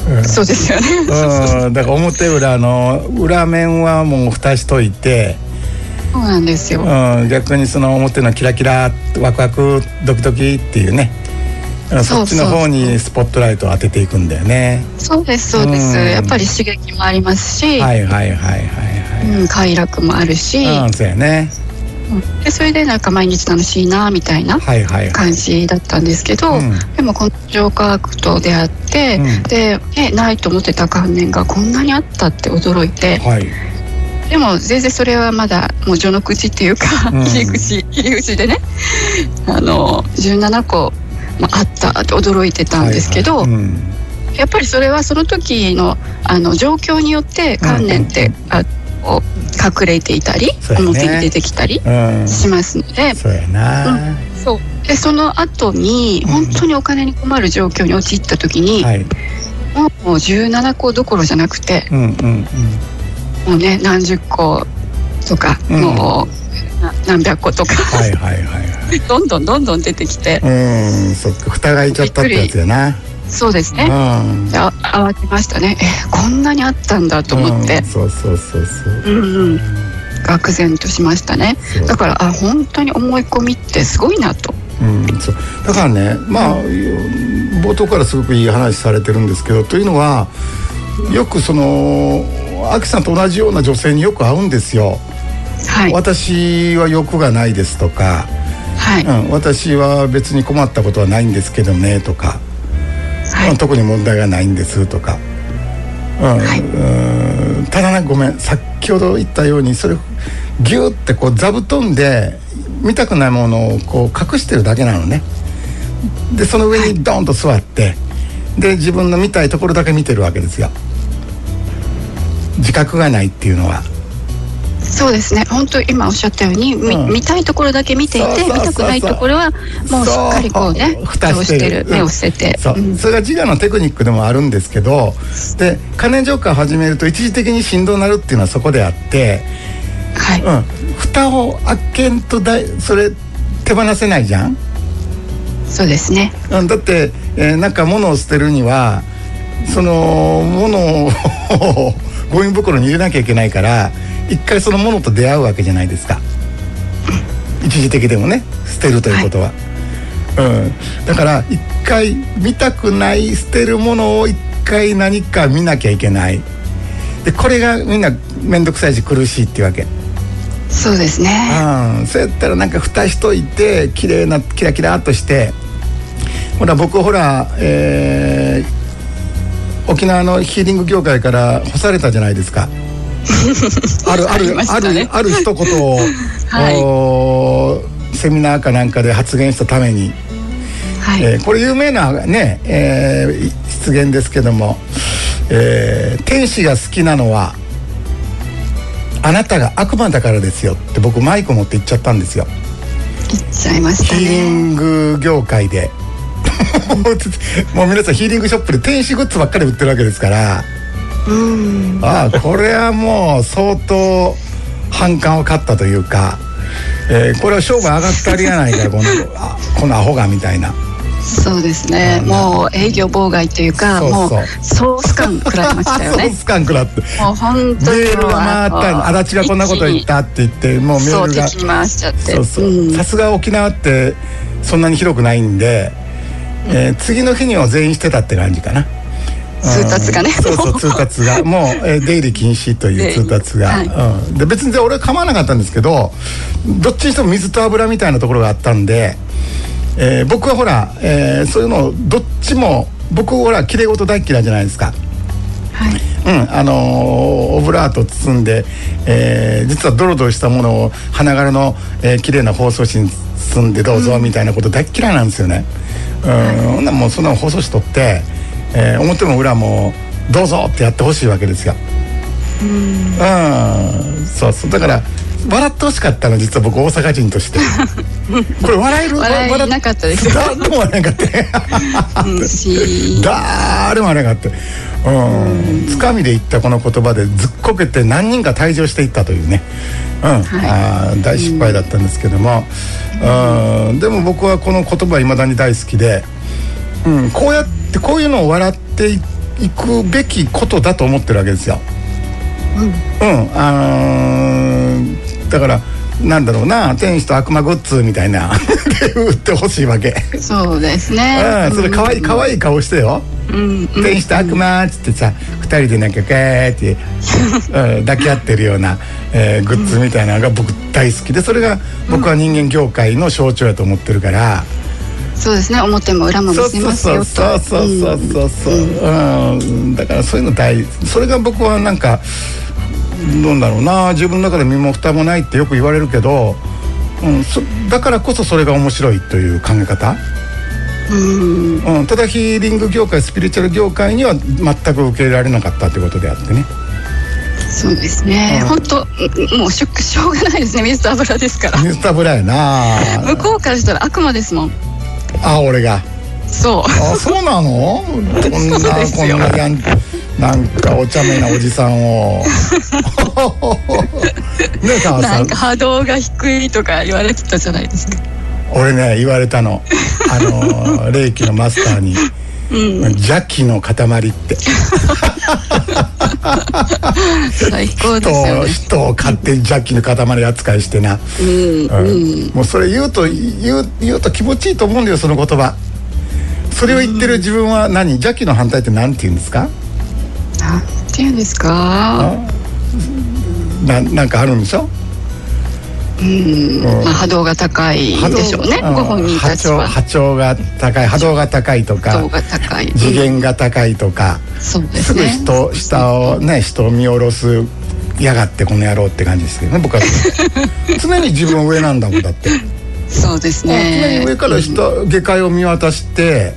Speaker 1: うん
Speaker 4: そうですよね。
Speaker 1: うんだから表裏の裏面はもう蓋しといて、
Speaker 4: そうなんですよ。
Speaker 1: うん、逆にその表のキラキラワクワクドキドキっていうねうんそ
Speaker 4: そ
Speaker 1: っ
Speaker 4: う
Speaker 1: ちの方にスポットライトを当てていくんだよね
Speaker 4: そうですそうです。
Speaker 1: うん
Speaker 4: やっぱり刺激もありますし、
Speaker 1: はいはいはいはい
Speaker 4: うん、快楽もあるし、
Speaker 1: はいうんそうやね
Speaker 4: うんでそれでなんか毎日楽しいなみたいな
Speaker 1: はいはいはい
Speaker 4: 感じだったんですけど、
Speaker 1: うん
Speaker 4: でもこの浄化学と出会って、
Speaker 1: うん
Speaker 4: でえないと思ってた関連がこんなにあったって驚いて、
Speaker 1: はい
Speaker 4: でも全然それはまだもう序の口っていうか、
Speaker 1: うん
Speaker 4: 入り口入り口でねあの17個まああったって驚いてたんですけど、
Speaker 1: はいはいうん
Speaker 4: やっぱりそれはその時のあの状況によって観念って、あこう隠れていたり、
Speaker 1: そうやね
Speaker 4: 表に出てきたり
Speaker 1: うん
Speaker 4: しますので
Speaker 1: そうやな、
Speaker 4: そうでその後に本当にお金に困る状況に陥った時に、
Speaker 1: はい
Speaker 4: もう17個どころじゃなくて
Speaker 1: うんうんうん
Speaker 4: もうね何十個とか、
Speaker 1: うん
Speaker 4: もうな何百個とか、
Speaker 1: はいはいはいは
Speaker 4: どんどんどんどん出てきて
Speaker 1: いうんそっか蓋が開いちゃったってやつやな
Speaker 4: そうですね、
Speaker 1: うん
Speaker 4: であ慌てましたねえこんなにあったんだと思って
Speaker 1: うん、そうそうそうそう
Speaker 4: うんうん、愕然としましたね
Speaker 1: そう
Speaker 4: だからあ本当に思い込みってすごいなと
Speaker 1: うん、そうだからねまあ冒頭からすごくいい話されてるんですけどというのはよくそのアキさんと同じような女性によく会うんですよ。
Speaker 4: はい
Speaker 1: 私は欲がないですとか、
Speaker 4: はい、
Speaker 1: うん、私は別に困ったことはないんですけどねとか、
Speaker 4: はい
Speaker 1: 特に問題がないんですとか、うん
Speaker 4: い
Speaker 1: うんただねごめん先ほど言ったようにそれギューってこう座布団で見たくないものをこう隠してるだけなのねでその上にドーンと座って、で自分の見たいところだけ見てるわけですよ自覚がないっていうのは
Speaker 4: そうですね本当今おっしゃったように、み
Speaker 1: うん
Speaker 4: 見たいところだけ見ていて
Speaker 1: そうそうそうそう
Speaker 4: 見たくないところはもうしっかりこうね
Speaker 1: そ
Speaker 4: 蓋をしてる目を伏せて
Speaker 1: そう、
Speaker 4: うん
Speaker 1: それが自我のテクニックでもあるんですけどで関連浄化を始めると一時的に振動になるっていうのはそこであって
Speaker 4: はい、
Speaker 1: うん蓋を開けんとだいそれ手放せないじゃん、
Speaker 4: そうですね
Speaker 1: うん、だって、えーなんか物を捨てるにはその物を ゴミ袋に入れなきゃいけないから一回その物と出会うわけじゃないですか一時的でもね捨てるということは、うん、だから一回見たくない捨てるものを一回何か見なきゃいけないでこれがみんな面倒くさいし苦しいっていうわけ
Speaker 4: そうですね
Speaker 1: うん、そうやったらなんか蓋しといて綺麗なキラキラっとしてほら僕ほら、えー沖縄のヒーリング業界から干されたじゃないですかあるあ
Speaker 4: あり
Speaker 1: る
Speaker 4: ま
Speaker 1: あ
Speaker 4: したね
Speaker 1: るある一言を、
Speaker 4: はい
Speaker 1: おーセミナーかなんかで発言したために、
Speaker 4: はい、
Speaker 1: えーこれ有名なね、えーい失言ですけども、えー天使が好きなのはあなたが悪魔だからですよ」って僕マイク持って言っちゃったんですよ
Speaker 4: 言っちゃいました
Speaker 1: ヒーリ
Speaker 4: ね
Speaker 1: ング業界でもう皆さんヒーリングショップで天使グッズばっかり売ってるわけですから
Speaker 4: うん
Speaker 1: ああこれはもう相当反感を買ったというか、えーこれは商売上がったりやないかこのあこのアホがみたいな。
Speaker 4: そうですねもう営業妨害というか
Speaker 1: そうそう
Speaker 4: もうソース感食らいましたよ
Speaker 1: そう
Speaker 4: ね
Speaker 1: スカンクラって
Speaker 4: もう本当に
Speaker 1: メールが回ったの
Speaker 4: あの
Speaker 1: 足立がこんなこと言ったって言ってもうメー
Speaker 4: そう
Speaker 1: ル
Speaker 4: 敵
Speaker 1: が
Speaker 4: に回しちゃって
Speaker 1: そうそう
Speaker 4: うん
Speaker 1: さすが沖縄ってそんなに広くないんで、えー次の日には全員してたって感じかな
Speaker 4: 通達がね
Speaker 1: そうそう通達がもう、えー出入り禁止という通達が、
Speaker 4: 出入
Speaker 1: う
Speaker 4: り
Speaker 1: ん、で別に俺は構わなかったんですけどどっちにしても水と油みたいなところがあったんで、えー僕はほら、えーそういうのをどっちも僕ほらきれい事大っ嫌いじゃないですか。
Speaker 4: はい
Speaker 1: うんあのーオブラート包んで、えー実はドロドロしたものを花柄の、えー綺麗な包装紙に包んでどうぞみたいなこと大っ嫌いなんですよね。うん、ほんならもうそんなの包装紙取って、えー表も裏もどうぞってやってほしいわけですよ。うん、そうそうだから笑ってほしかったの実は僕大阪人と してこれ笑える
Speaker 4: 笑え
Speaker 1: 笑
Speaker 4: なかったで すよ
Speaker 1: 誰も笑えなかった
Speaker 4: うんし
Speaker 1: 誰もあれがあって、うん、つかみで言ったこの言葉でずっこけて何人か退場していったというね、うんあー大失敗だったんですけども、うん、でも僕はこの言葉未だに大好きで、うん、こうやってこういうのを笑っていくべきことだと思ってるわけですよ。うん、あのーだからなんだろうな天使と悪魔グッズみたいな って言ってほしいわけ。
Speaker 4: そうですね
Speaker 1: うん、それ可愛い可愛い顔してよ。天使と悪魔っつってさ二人でなんかガーって、うん抱き合ってるような、えーグッズみたいなのが僕大好きでそれが僕は人間業界の象徴やと思ってるから、
Speaker 4: そうですね表も裏も見
Speaker 1: そう
Speaker 4: せ
Speaker 1: そう
Speaker 4: ます
Speaker 1: そ
Speaker 4: よ
Speaker 1: う
Speaker 4: と
Speaker 1: そうそうそうそうそう、うんだからそういうの大それが僕はなんかどうだろうな自分の中で身も蓋もないってよく言われるけど、うん、そだからこそそれが面白いという考え方。
Speaker 4: うん
Speaker 1: うん、ただヒーリング業界スピリチュアル業界には全く受け入れられなかったということであってね
Speaker 4: そうですね本当もうしょしょうがないですねミスターブラですから
Speaker 1: ミスターブラやな
Speaker 4: 向こうからしたら悪魔ですもん
Speaker 1: あ俺が
Speaker 4: そう
Speaker 1: あそうなのこんな
Speaker 4: そうです
Speaker 1: こん
Speaker 4: よ
Speaker 1: なやんなんかお茶目なおじさんを ね澤
Speaker 4: な
Speaker 1: さ
Speaker 4: ん
Speaker 1: ん
Speaker 4: か波動が低いとか言われてたじゃないですか
Speaker 1: 俺ね言われたのあのー霊気のマスターに「邪気の塊」って
Speaker 4: 最高です
Speaker 1: 人
Speaker 4: よ
Speaker 1: を
Speaker 4: ね
Speaker 1: 人を勝手に邪気の塊扱いしてな、うんもうそれ言うと言う言うと気持ちいいと思うんだよその言葉それを言ってる自分は何邪気の反対って何て言うんですか
Speaker 4: なんていうんですか
Speaker 1: ななんかあるんでしょ
Speaker 4: まあ波動が高い
Speaker 1: 波動
Speaker 4: でしょうね
Speaker 1: うん
Speaker 4: ご本人
Speaker 1: 波
Speaker 4: たち
Speaker 1: 長
Speaker 4: は
Speaker 1: 波長が高い波動が高いと
Speaker 4: 波
Speaker 1: か
Speaker 4: 動が高い
Speaker 1: 次元が高いとか
Speaker 4: そうですす
Speaker 1: ぐ
Speaker 4: ね
Speaker 1: 人下をね人を見下ろすやがってこの野郎って感じですけどね僕 は常に自分は上なんだもんだって。
Speaker 4: そうです
Speaker 1: 常
Speaker 4: ね
Speaker 1: に上から下下界を見渡して、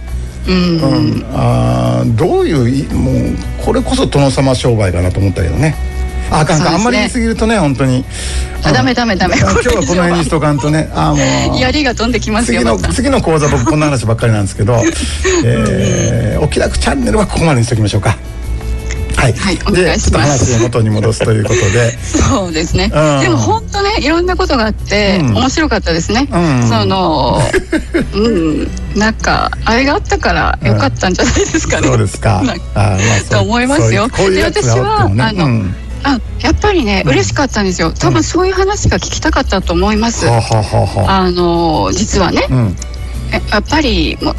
Speaker 1: うんあーどういういもうこれこそ殿様商売かなと思ったけどねああかんか、あん
Speaker 4: そ
Speaker 1: ま
Speaker 4: うで
Speaker 1: り
Speaker 4: すね
Speaker 1: 言い過ぎるとね本当 に
Speaker 4: あダメダメダメ
Speaker 1: あ今日はこの辺にしとかんとねあ ーもう
Speaker 4: 槍が飛んできますよ
Speaker 1: 次の
Speaker 4: また
Speaker 1: 次の講座僕こんな話ばっかりなんですけ ど、えー、お気楽チャンネルはここまでにしときましょうかはい、
Speaker 4: はいお願
Speaker 1: で
Speaker 4: い
Speaker 1: ちょ
Speaker 4: し
Speaker 1: っと
Speaker 4: ます
Speaker 1: 話を元に戻すということ で
Speaker 4: そうですね。
Speaker 1: うん
Speaker 4: でも本当ね、いろんなことがあって、
Speaker 1: うん
Speaker 4: 面白かったですね。
Speaker 1: うん
Speaker 4: その、うん、なんか、あれがあったから、良かったんじゃないですかね。
Speaker 1: そうですか
Speaker 4: なん
Speaker 1: あーまあそう
Speaker 4: と思いますよ
Speaker 1: そういうこういうやつがあってもね
Speaker 4: で私はあの
Speaker 1: うん
Speaker 4: あやっぱりね、嬉しかったんですよ。多分そういう話が聞きたかったと思います。
Speaker 1: はあはあはあはあ
Speaker 4: あの、実はね、
Speaker 1: うん
Speaker 4: えやっぱりもう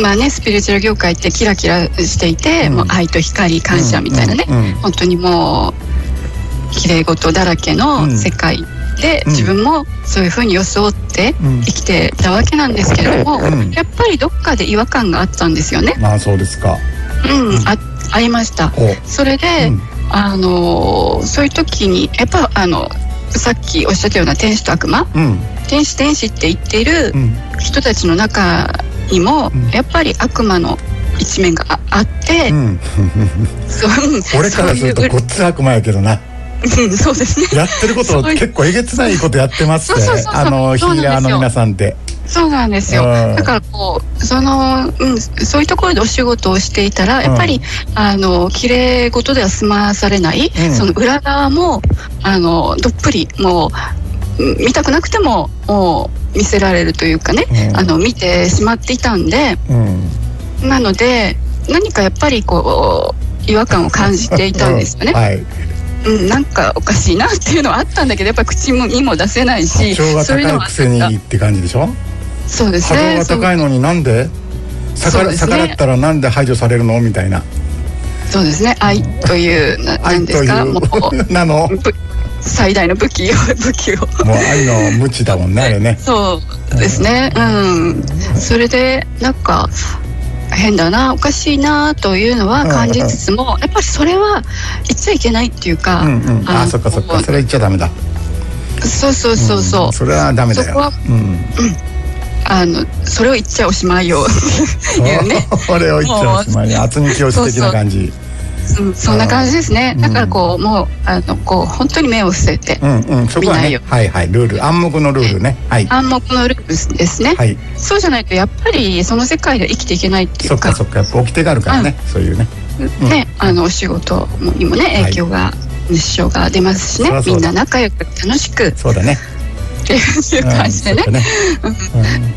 Speaker 4: まあねスピリチュアル業界ってキラキラしていて、もう愛と光感謝みたいなね、
Speaker 1: うんうんうん
Speaker 4: 本当にもう綺麗事だらけの世界で、自分もそういう風に装って
Speaker 1: うん
Speaker 4: 生きてたわけなんですけれども、
Speaker 1: うん
Speaker 4: やっぱりどっかで違和感があったんですよね。
Speaker 1: まあそうですか。
Speaker 4: うん、あありました
Speaker 1: ほう。
Speaker 4: それで、
Speaker 1: うん
Speaker 4: あのそういう時にやっぱあのさっきおっしゃったような天使と悪魔、
Speaker 1: うん
Speaker 4: 天使天使って言っている
Speaker 1: うん
Speaker 4: 人たちの中にもやっぱり悪魔の一面がああって、
Speaker 1: うん。
Speaker 4: そう
Speaker 1: 俺からすると
Speaker 4: そう
Speaker 1: ごっつ悪魔やけどな。
Speaker 4: いううんそうですね
Speaker 1: やってること
Speaker 4: そういう
Speaker 1: 結構えげつないことやってますっ
Speaker 4: そうそう
Speaker 1: て
Speaker 4: そうそう
Speaker 1: あのヒ
Speaker 4: そうなん
Speaker 1: ー
Speaker 4: です
Speaker 1: ラー
Speaker 4: よ
Speaker 1: の皆さんって。
Speaker 4: そうなんですよ
Speaker 1: うん
Speaker 4: だからこうその、うん、そういうところでお仕事をしていたらやっぱり、あの綺麗事では済まされない、
Speaker 1: うん
Speaker 4: その裏側もあのどっぷりもううん見たくなくてももう見せられるというかね、
Speaker 1: うん
Speaker 4: あの見てしまっていたんで
Speaker 1: うん
Speaker 4: なので何かやっぱりこう違和感を感じていたんですよね
Speaker 1: う。はい。
Speaker 4: うん、なんかおかしいなっていうのはあったんだけどやっぱ口にも出せない
Speaker 1: 波
Speaker 4: し
Speaker 1: 長が
Speaker 4: そういうの
Speaker 1: 高い
Speaker 4: は
Speaker 1: くせにって感じでしょ。
Speaker 4: そうです
Speaker 1: 波
Speaker 4: ね
Speaker 1: 長が高いのになんで逆
Speaker 4: そう
Speaker 1: ら
Speaker 4: ですね
Speaker 1: 逆らったらなんで排除されるのみたいな。
Speaker 4: そうそうですね愛というななん
Speaker 1: 愛
Speaker 4: で
Speaker 1: と
Speaker 4: す
Speaker 1: い
Speaker 4: かもう
Speaker 1: う なの。
Speaker 4: ぶ最大の武器を 武器を
Speaker 1: もう愛の無知だ もんねあれね。
Speaker 4: そうですねうんそれでなんか変だなおかしいなというのは感じつつもやっぱりそれは言っちゃいけないっていうか、
Speaker 1: うんうん、あ
Speaker 4: の
Speaker 1: そっかそっかそれ言っちゃダメだ
Speaker 4: そうそうそうそう、
Speaker 1: それはダメだよ
Speaker 4: そこは
Speaker 1: うん、
Speaker 4: あのそれを言っちゃおしまいよ っていうね、
Speaker 1: それを言っちゃおしまいね厚み教師的な感じ
Speaker 4: うん、そんな感じですね
Speaker 1: うん
Speaker 4: だからこうもうあのこう本当に目を伏せて、
Speaker 1: うんうんそこは
Speaker 4: 見ない
Speaker 1: ね
Speaker 4: よ
Speaker 1: はいはいルール暗黙のルールねはい
Speaker 4: 暗黙のルールですね、
Speaker 1: はい
Speaker 4: そうじゃないとやっぱりその世界では生きていけないってい
Speaker 1: そうっか
Speaker 4: か
Speaker 1: そっかやっぱ掟があるからね、そういうねん
Speaker 4: ね、あのお仕事にもね
Speaker 1: い
Speaker 4: 影響が、支障が出ますしね
Speaker 1: そりゃそう
Speaker 4: み
Speaker 1: だ
Speaker 4: んな仲良く楽しくっ
Speaker 1: そうだね
Speaker 4: ていう
Speaker 1: うん
Speaker 4: 感じでね,、
Speaker 1: そう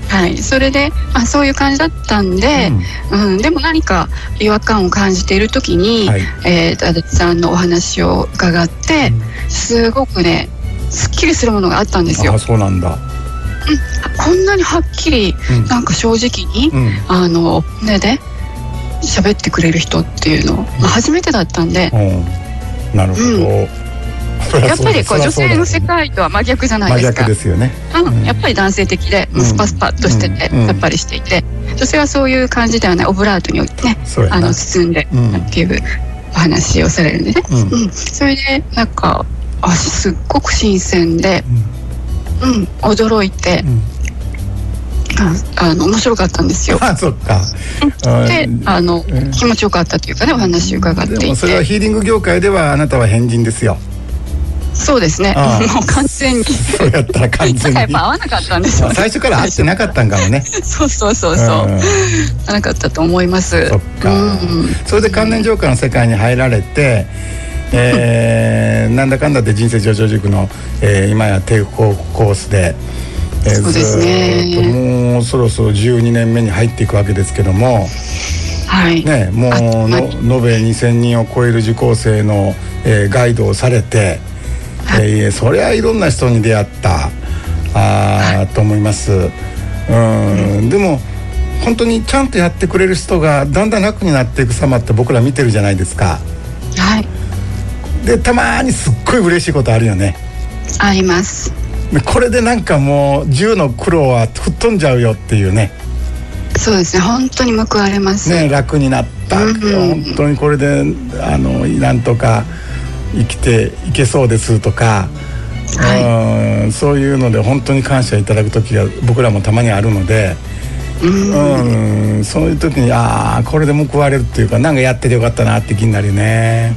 Speaker 1: だ
Speaker 4: はい、それで、まあ、そういう感じだったんで、うんでも何か違和感を感じている時に、
Speaker 1: はい
Speaker 4: えー、足立さんのお話を伺って、すごくねすっきりするものがあったんです
Speaker 1: うん、
Speaker 4: よ
Speaker 1: ああ。そうなんだ
Speaker 4: こんなにはっきり、
Speaker 1: うん
Speaker 4: なんか正直に、
Speaker 1: うん
Speaker 4: あの本音で喋ってくれる人っていうの、まあ、初めてだったんで、
Speaker 1: うんなるほど、そり
Speaker 4: や
Speaker 1: ゃ
Speaker 4: っ
Speaker 1: そう
Speaker 4: ぱ
Speaker 1: だ
Speaker 4: りこう女性の世
Speaker 1: そりゃそうだよね
Speaker 4: 界とは真逆じゃない
Speaker 1: 真
Speaker 4: です
Speaker 1: 逆
Speaker 4: か。
Speaker 1: ですよね
Speaker 4: うん、やっぱり男性的で、もうスパスパっとしてて、
Speaker 1: うん
Speaker 4: さっぱりしていて、女性はそういう感じではないオブラートにね
Speaker 1: そうやな
Speaker 4: あの包んで
Speaker 1: うん
Speaker 4: っていうお話をされるんでね、
Speaker 1: う
Speaker 4: うんんそれでなんかあすっごく新鮮で、うん驚いて、ああの面白かった んですよ。
Speaker 1: あそっか、うん
Speaker 4: であの、気持ちよかったというかねお話を伺ってい
Speaker 1: で
Speaker 4: て
Speaker 1: もそれはヒーリング業界ではあなたは変人ですよ
Speaker 4: そうですね
Speaker 1: ああ
Speaker 4: もう完全に
Speaker 1: そうやったら 完全
Speaker 4: なんかやっ
Speaker 1: に
Speaker 4: ぱ合わなかったんでしょうね
Speaker 1: 最初から会ってなかったんかもね
Speaker 4: そうそうそうそう、
Speaker 1: うん
Speaker 4: なかったと思います
Speaker 1: そっか、
Speaker 4: うん
Speaker 1: それで関連浄化の世界に入られて、 えーなんだかんだで人生上場塾の、えー今や帝国コースで、えー
Speaker 4: そうですね
Speaker 1: ずーっともうそろそろ12年目に入っていくわけですけども、
Speaker 4: はい、
Speaker 1: ね、も
Speaker 4: あ
Speaker 1: うの
Speaker 4: は
Speaker 1: 延べ2,000人を超える受講生の、えーガイドをされて、えーそりゃいろんな人に出会ったあーと思います。うんでも本当にちゃんとやってくれる人がだんだん楽になっていく様って僕ら見てるじゃないですか。
Speaker 4: はい、
Speaker 1: でたまーにすっごい嬉しいことあるよね。
Speaker 4: あります
Speaker 1: でこれでなんかもう10の苦労は吹っ飛んじゃうよっていうね。
Speaker 4: そうですね本当に報われます、
Speaker 1: ね、楽になった、本当にこれであのなんとか生きていけそうですとか、うんそういうので本当に感謝いただく時が僕らもたまにあるので、うんそういう時にああこれで報われるっていうかなんかやっててよかったなって気になるよね。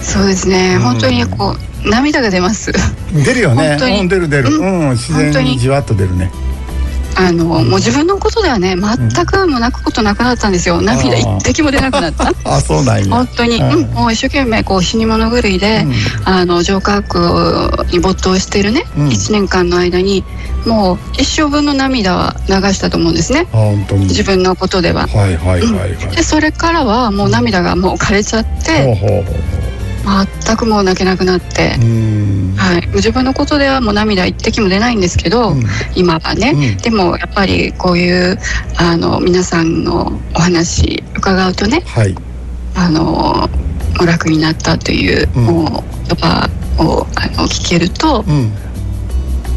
Speaker 4: そうですね本当にこう涙が出ます
Speaker 1: 出るよね
Speaker 4: 本当に
Speaker 1: うん、出る出る、う
Speaker 4: うん
Speaker 1: ん、自然
Speaker 4: 本当
Speaker 1: に
Speaker 4: に
Speaker 1: じわっと出るね。
Speaker 4: あのもう自分のことではね全くもう泣くことなくなったんですよ涙一滴も出なくなった
Speaker 1: あそうなんや
Speaker 4: 本当に、
Speaker 1: うん
Speaker 4: うん、もう一生懸命こう死に物狂いで、あの浄化学に没頭してるね、
Speaker 1: うん
Speaker 4: 1年間の間にもう一生分の涙は流したと思うんですね
Speaker 1: あ本当に
Speaker 4: 自分のことでは。
Speaker 1: はいはいはいはい。
Speaker 4: でそれからはもう涙がもう枯れちゃっ
Speaker 1: ほう
Speaker 4: て
Speaker 1: ほうほうほ
Speaker 4: 全くもう泣けなくなって
Speaker 1: う。う、ん
Speaker 4: はい、自分のことではもう涙一滴も出ないんですけど、
Speaker 1: うん
Speaker 4: 今はね、
Speaker 1: うん
Speaker 4: でもやっぱりこういうあの皆さんのお話伺うとね
Speaker 1: はい。
Speaker 4: あのお楽になったという、
Speaker 1: うん
Speaker 4: もう言葉をあの聞けると、
Speaker 1: うん。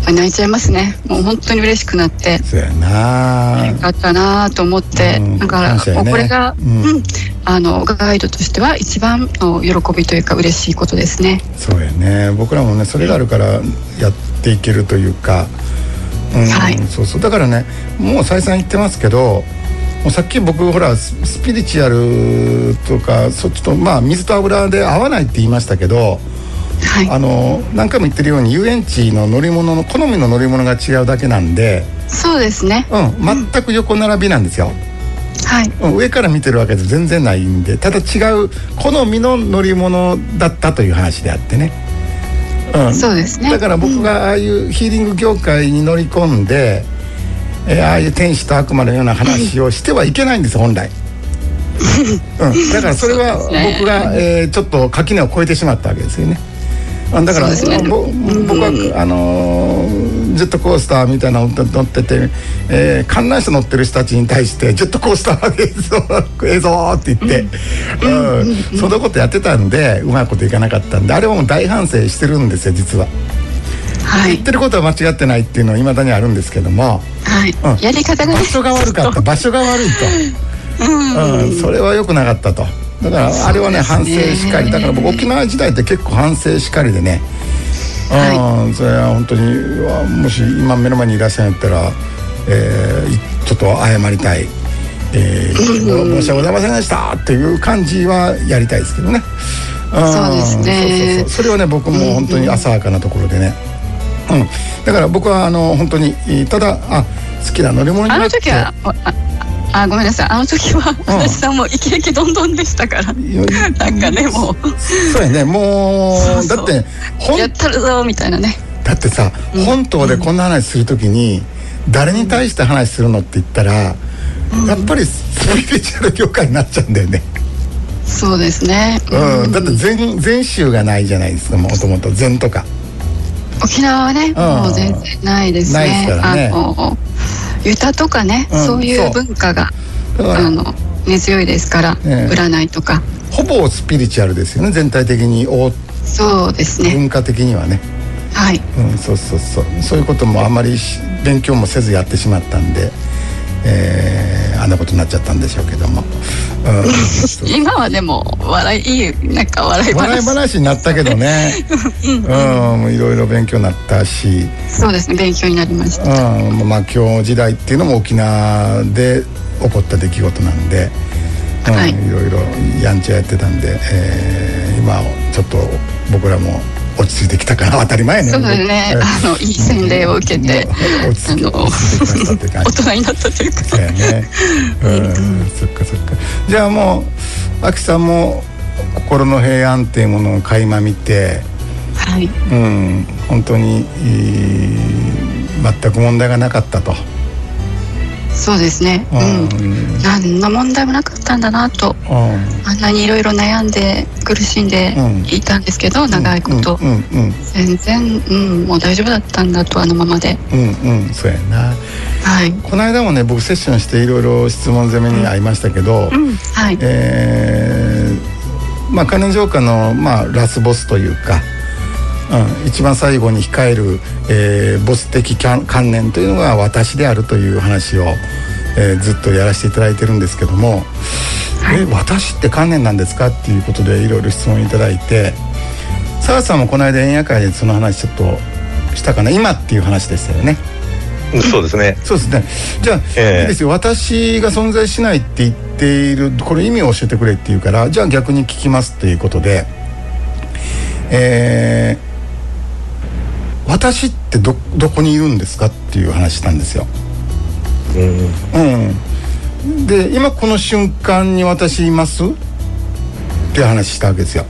Speaker 4: 泣いちゃいますねもう本当に嬉しくなって。
Speaker 1: そうやな
Speaker 4: よ。かったなと思って、
Speaker 1: うん
Speaker 4: だから、
Speaker 1: 感謝や
Speaker 4: も
Speaker 1: ね
Speaker 4: うこれが、
Speaker 1: う
Speaker 4: うんんあのガイドとしては一番の喜びというか嬉しいことですね。
Speaker 1: そうやね僕らもねそれがあるからやっていけるというか、うん
Speaker 4: はい
Speaker 1: そうそうだからねもう再三言ってますけどもうさっき僕ほらススピリチュアルとかそっちとまあ水と油で合わないって言いましたけど
Speaker 4: はい、
Speaker 1: あの何回も言ってるように遊園地の乗り物の好みの乗り物が違うだけなんで、
Speaker 4: そうですね。
Speaker 1: うん、全く横並びなんですよ。
Speaker 4: はい、
Speaker 1: うん上から見てるわけで全然ないんでただ違う好みの乗り物だったという話であってね、うん、
Speaker 4: そうですね
Speaker 1: だから僕がああいうヒーリング業界に乗り込んで、えーああいう天使と悪魔のような話をしてはいけないんです本来、うん、だからそれは
Speaker 4: そうですね
Speaker 1: 僕が、えーちょっと垣根を越えてしまったわけですよねあだから、
Speaker 4: そうですね
Speaker 1: ぼ僕は、あのージェットコースターみたいなの乗ってて、えー観覧車乗ってる人たちに対して「ジェットコースター映像映像!」って言って、うんそんなことやってたんでうまいこといかなかったんであれはもう大反省してるんですよ実は。
Speaker 4: は
Speaker 1: 言
Speaker 4: い
Speaker 1: っ、てることは間違ってない っていうのはいまだにあるんですけども
Speaker 4: はい、
Speaker 1: うん
Speaker 4: やり方がね、
Speaker 1: 場所が悪かった場所が悪いうん、それは良くなかったとだからあれはね
Speaker 4: そう
Speaker 1: 反
Speaker 4: で
Speaker 1: 省
Speaker 4: すね
Speaker 1: しかりだから僕沖縄時代って結構反省しかりでねうん、それは本当にうわもし今目の前にいらっしゃるんやったら、えーいちょっと謝りたい、えー申し訳ございませんでしたっていう感じはやりたいですけどね、うん
Speaker 4: そうです
Speaker 1: そ
Speaker 4: ね
Speaker 1: うそうそうそれはね僕も本当に浅はかなところでね、うん、だから僕はあの本当にえーただあ好きな乗り物にな
Speaker 4: あの
Speaker 1: って
Speaker 4: 時はあああごめんなさいあの時は足立さんもイケイケどんどんでしたから、
Speaker 1: よ
Speaker 4: なんかねも
Speaker 1: そうやねもう
Speaker 4: そうそう
Speaker 1: だってほ
Speaker 4: うんやったるぞみたいなね
Speaker 1: だってさ、本島でこんな話するときに誰に対して話するのって言ったら、やっぱりスピリチュアル業界になっちゃうんだよね、
Speaker 4: そうですね、
Speaker 1: うんだって全全州がないじゃないですかもともと全とか
Speaker 4: 沖縄はね、もう全然ないですね
Speaker 1: ないですからね
Speaker 4: あのユタとかね、
Speaker 1: うん
Speaker 4: そうい
Speaker 1: そう
Speaker 4: う文化が
Speaker 1: だから
Speaker 4: あの根強いですから、
Speaker 1: ええ
Speaker 4: 占いとか
Speaker 1: ほぼスピリチュアルですよね全体的にお
Speaker 4: そうですね、
Speaker 1: 文化的にはね、
Speaker 4: はい
Speaker 1: うん、そうそうそうそういうこともあまりし勉強もせずやってしまったんで、えーあんなことになっちゃったんでしょうけども、 うん、そう
Speaker 4: 今はでも笑いいいなんか笑い話
Speaker 1: 笑い話になったけどね うんいろいろ勉強になったし、
Speaker 4: そうですね勉強になりました
Speaker 1: うん、まあ今日時代っていうのも沖縄で起こった出来事なんで、うん、
Speaker 4: はいい
Speaker 1: ろいろやんちゃやってたんで、えー今ちょっと僕らも落ち着いてきたかな当たり前やね
Speaker 4: そうですね
Speaker 1: 僕
Speaker 4: あのいい洗礼を受けて
Speaker 1: うん落ち
Speaker 4: あ
Speaker 1: 着き
Speaker 4: の
Speaker 1: 落ち着いてきましたって感
Speaker 4: 大
Speaker 1: じ
Speaker 4: 人になったというか
Speaker 1: そうやね。うん、そっかそっか。じゃあもう、あきさんも心の平安っていうものを垣間見て、
Speaker 4: はい
Speaker 1: うん、本当にいい全く問題がなかったと。
Speaker 4: そうですね
Speaker 1: う
Speaker 4: うん
Speaker 1: ん、
Speaker 4: 何の問題もなかったんだなと
Speaker 1: う
Speaker 4: あんなにいろいろ悩んで苦しんで
Speaker 1: うん
Speaker 4: いたんですけど、
Speaker 1: ん、
Speaker 4: 長いこと、
Speaker 1: うんうん
Speaker 4: 全然、うん、もう大丈夫だったんだとあのままで
Speaker 1: うんうん、そうやな。
Speaker 4: はい、
Speaker 1: この間もね、僕セッションしていろいろ質問攻めに会いましたけど、
Speaker 4: うん、はい
Speaker 1: えーまあ金城下の、まあ、ラスボスというか、うん、一番最後に控える、えーボス的観観念というのが私であるという話を、えーずっとやらせていただいてるんですけども「え私って観念なんですか?」っていうことでいろいろ質問いただいて澤さんもこの間円夜会でその話ちょっとしたかな今っていう話でしたよね。
Speaker 2: うんそうですね
Speaker 1: そうですね。じゃあ、
Speaker 2: ええ
Speaker 1: いいですよ。私が存在しないって言っているこれ意味を教えてくれって言うから、じゃあ逆に聞きますっていうことで、えー、私ってどどこにいるんですかっていう話したんですよ。
Speaker 2: うん
Speaker 1: うん。で今この瞬間に私いますって話したわけですよ。